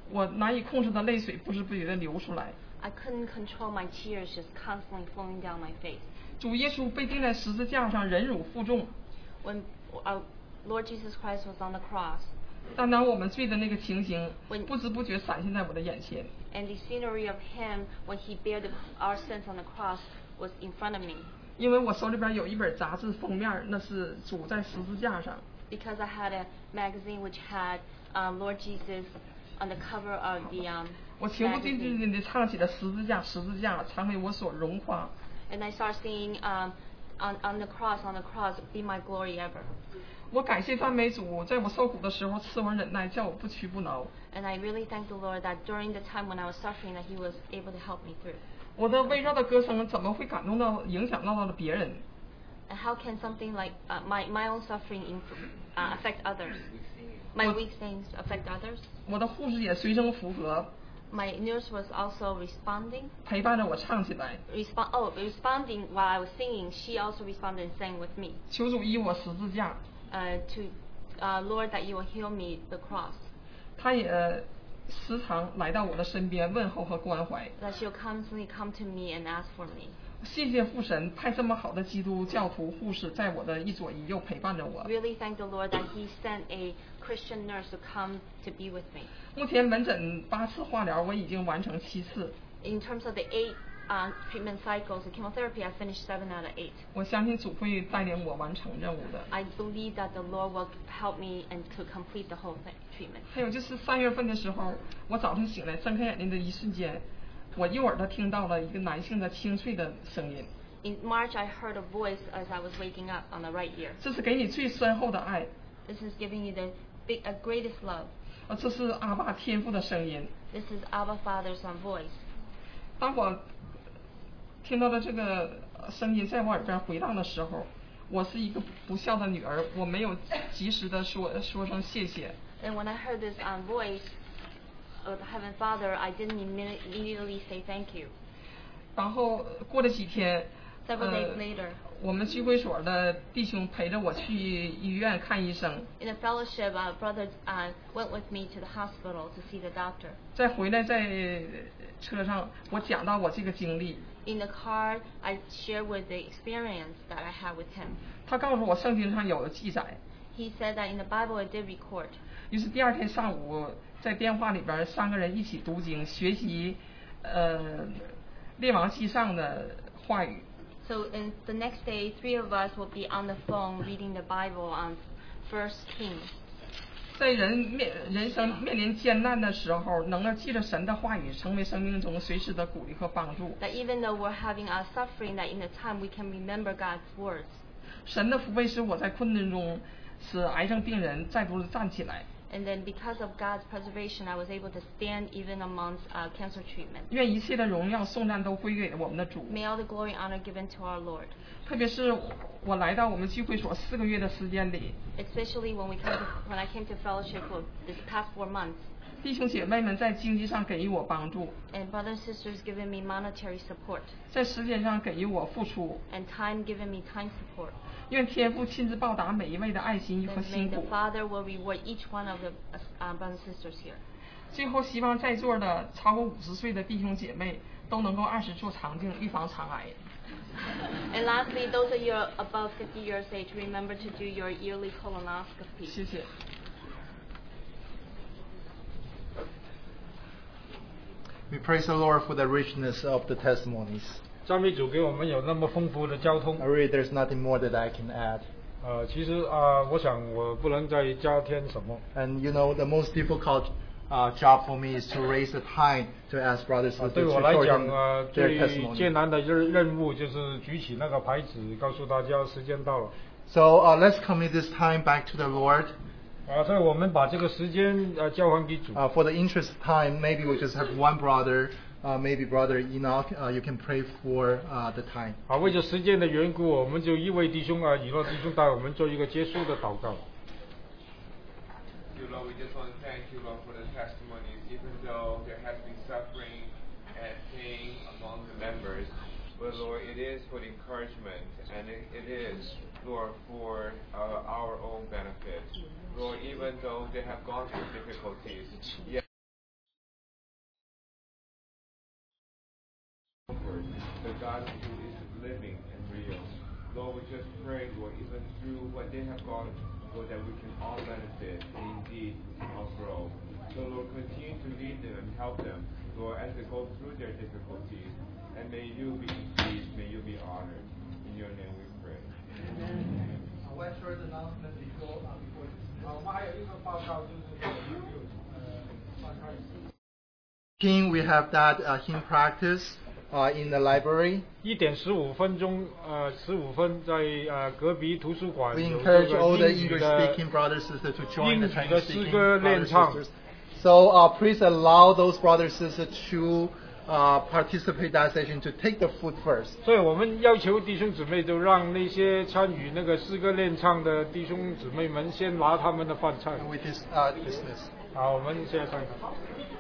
G: 我难以控制的泪水不知不觉地流出来。
H: I couldn't control my tears just constantly flowing down my face.
G: 主耶稣被钉在十字架上，忍辱负重，
H: When our Lord Jesus Christ was on the cross,
G: 担当我们罪的那个情形
H: When-，
G: 不知不觉闪现在我的眼前。
H: and the scenery of Him when He bare the, our sins on the cross was in front of me.
G: 因为我手里边有一本杂志封面，那是主在十字架上，
H: Because I had a magazine which had um, Lord Jesus on the cover of the um,
G: 我情不自禁
H: magazine.
G: 地唱起了十字架，十字架常为我所荣夸。
H: And I started singing um, on, on the cross, on the cross, be my glory ever.
G: 我感谢赞美主，在我受苦的时候赐我忍耐，叫我不屈不挠。
H: And I really thank the Lord that during the time when I was suffering that He was able to help me through.
G: 我的微弱的歌声怎么会感动到、影响到了别人？
H: And how can something like uh, my, my own suffering inf- uh, affect others? My
G: What-
H: weak things affect others?
G: 我的护士也随声附和，
H: My nurse was also responding.
G: 陪伴着我唱起来。
H: Respond, oh, responding while I was singing, she also responded and sang with me.
G: 求主医我十字架，
H: Uh, to uh, Lord, that you will heal me the cross.
G: 他也时常来到我的身边问候和关怀。
H: That she'll constantly come to me and ask for me.
G: 谢谢父神派这么好的基督教徒护士在我的一左一右陪伴着我。
H: Really thank the Lord that He sent a Christian nurse to come to be with me.
G: 目前门诊八次化疗，我已经完成七次。
H: In terms of the eight uh, treatment cycles of chemotherapy, I finished seven out of eight.
G: 我相信主会带领我完成任务的。
H: I believe that the Lord will help me and to complete the whole thi- treatment.
G: 还有就是三月份的时候，我早晨醒来睁开眼睛的一瞬间，我右耳朵听到了一个男性的清脆的声音，
H: In March, I heard a voice as I was waking up on the right ear.
G: 这是给你最深厚的爱，
H: This is giving you the big, uh, greatest love.
G: 呃，这是阿爸天父的声音。
H: This is Abba Father's um, voice.
G: 当我听到了这个呃声音在我耳边回荡的时候，我是一个不孝的女儿，我没有及时的说说声谢谢，
H: And when I heard this um, voice of the Heavenly Father, I didn't imme- immediately say thank you.
G: 然后呃过了几天。
H: Several
G: 呃
H: days later.
G: 我们聚会所的弟兄陪着我去医院看医生，
H: In a fellowship, uh, brother uh, went with me to the hospital to see the doctor.
G: 再回来在呃车上，我讲到我这个经历，
H: In the car, I shared with the experience that I had with him.
G: 他告诉我圣经上有记载。
H: He said that in the Bible it did record.
G: 于是第二天上午在电话里边儿三个人一起读经，学习呃列王纪上的话语。
H: So in the next day, three of us will be on the phone reading the Bible on First Kings.
G: 在人面人生面临艰难的时候，能够记着神的话语，成为生命中随时的鼓励和帮助。
H: That even though we're having our suffering, that in the time we can remember God's words.
G: 神的福惠使我在困顿中，使癌症病人再度站起来。
H: And then because of God's preservation, I was able to stand even amongst uh, cancer treatment.
G: 愿一切的荣耀、颂赞都归给我们的主。
H: May all the glory and honor given to our Lord.
G: 特别是我来到我们聚会所四个月的时间里，
H: Especially when we came to, when I came to fellowship for this past four months,
G: 弟兄姐妹们在经济上给予我帮助，
H: and brothers and sisters giving me monetary support,
G: 在时间上给予我付出。
H: and time giving me time support.
G: 愿天父亲自报答每一位的爱心
H: Then
G: 和
H: may
G: 辛
H: the
G: 苦。
H: Father will reward each one of the uh, uh, brothers and sisters here.
G: 最后，希望在座的超过五十岁的弟兄姐妹都能够按时做肠镜，预防肠癌。
H: And lastly, those of you above 50 years age, remember to do your yearly colonoscopy.
G: 谢谢。
A: We praise the Lord for the richness of the testimonies.
B: 赞美主给我们有那么丰富的交通
A: I，really, there's nothing more that I can add.
B: 呃，其实啊、我想我不能再加添什么。
A: And you know, the most difficult uh, job for me is to raise the time to ask brothers
B: 啊
A: and，
B: 对
A: sisters to
B: 我来
A: shorten
B: 讲啊，
A: their
B: 最艰
A: testimony.
B: 难的任任务就是举起那个牌子，告诉大家时间到了。
A: So uh, let's commit this time back to the Lord.
B: 啊，所以我们把这个时间呃交还给主。
A: Uh, for the interest of time, maybe we just have one brother, uh, maybe brother Enoch, uh, you can pray for uh, the time.
B: 啊，为着时间的缘故，我们就一位弟兄啊，以诺弟兄带我们做一个结束的祷告。
I: you, Lord. We just want to thank you, Lord, for the testimonies. Even though there has been suffering and pain among the members, but Lord, it is for the encouragement and it, it is, Lord, for uh, our own benefit. Lord, even though they have gone through difficulties, yet. the God who is living and real. Lord, we just pray, Lord, even through what they have gone, Lord, that we can all benefit and indeed we can all grow. So, Lord, continue to lead them and help them, Lord, as they go through their difficulties. And may you be pleased, may you be honored. In your name we pray.
A: 我 short announcement before, uh, before this.
B: 我们还有一个报告就是呃报告一
A: Hymn, we have that uh, hymn practice uh, in the library.
B: 一点十五分钟，呃，十五分在呃隔壁图书馆
A: We
B: 有
A: encourage
B: 这
A: all
B: 个
A: the
B: 英语
A: English
B: 的
A: speaking brothers and sisters to join the
B: 英语的
A: Chinese speaking
B: 诗歌
A: brothers
B: 练唱。
A: and sisters. So uh, please allow those brothers and sisters to uh, participate that session to take the food first.
B: 所以我们要求弟兄姊妹都让那些参与那个诗歌练唱的弟兄姊妹们先拿他们的饭菜。
A: And with this uh, dismiss.
B: 好，我们现在看看。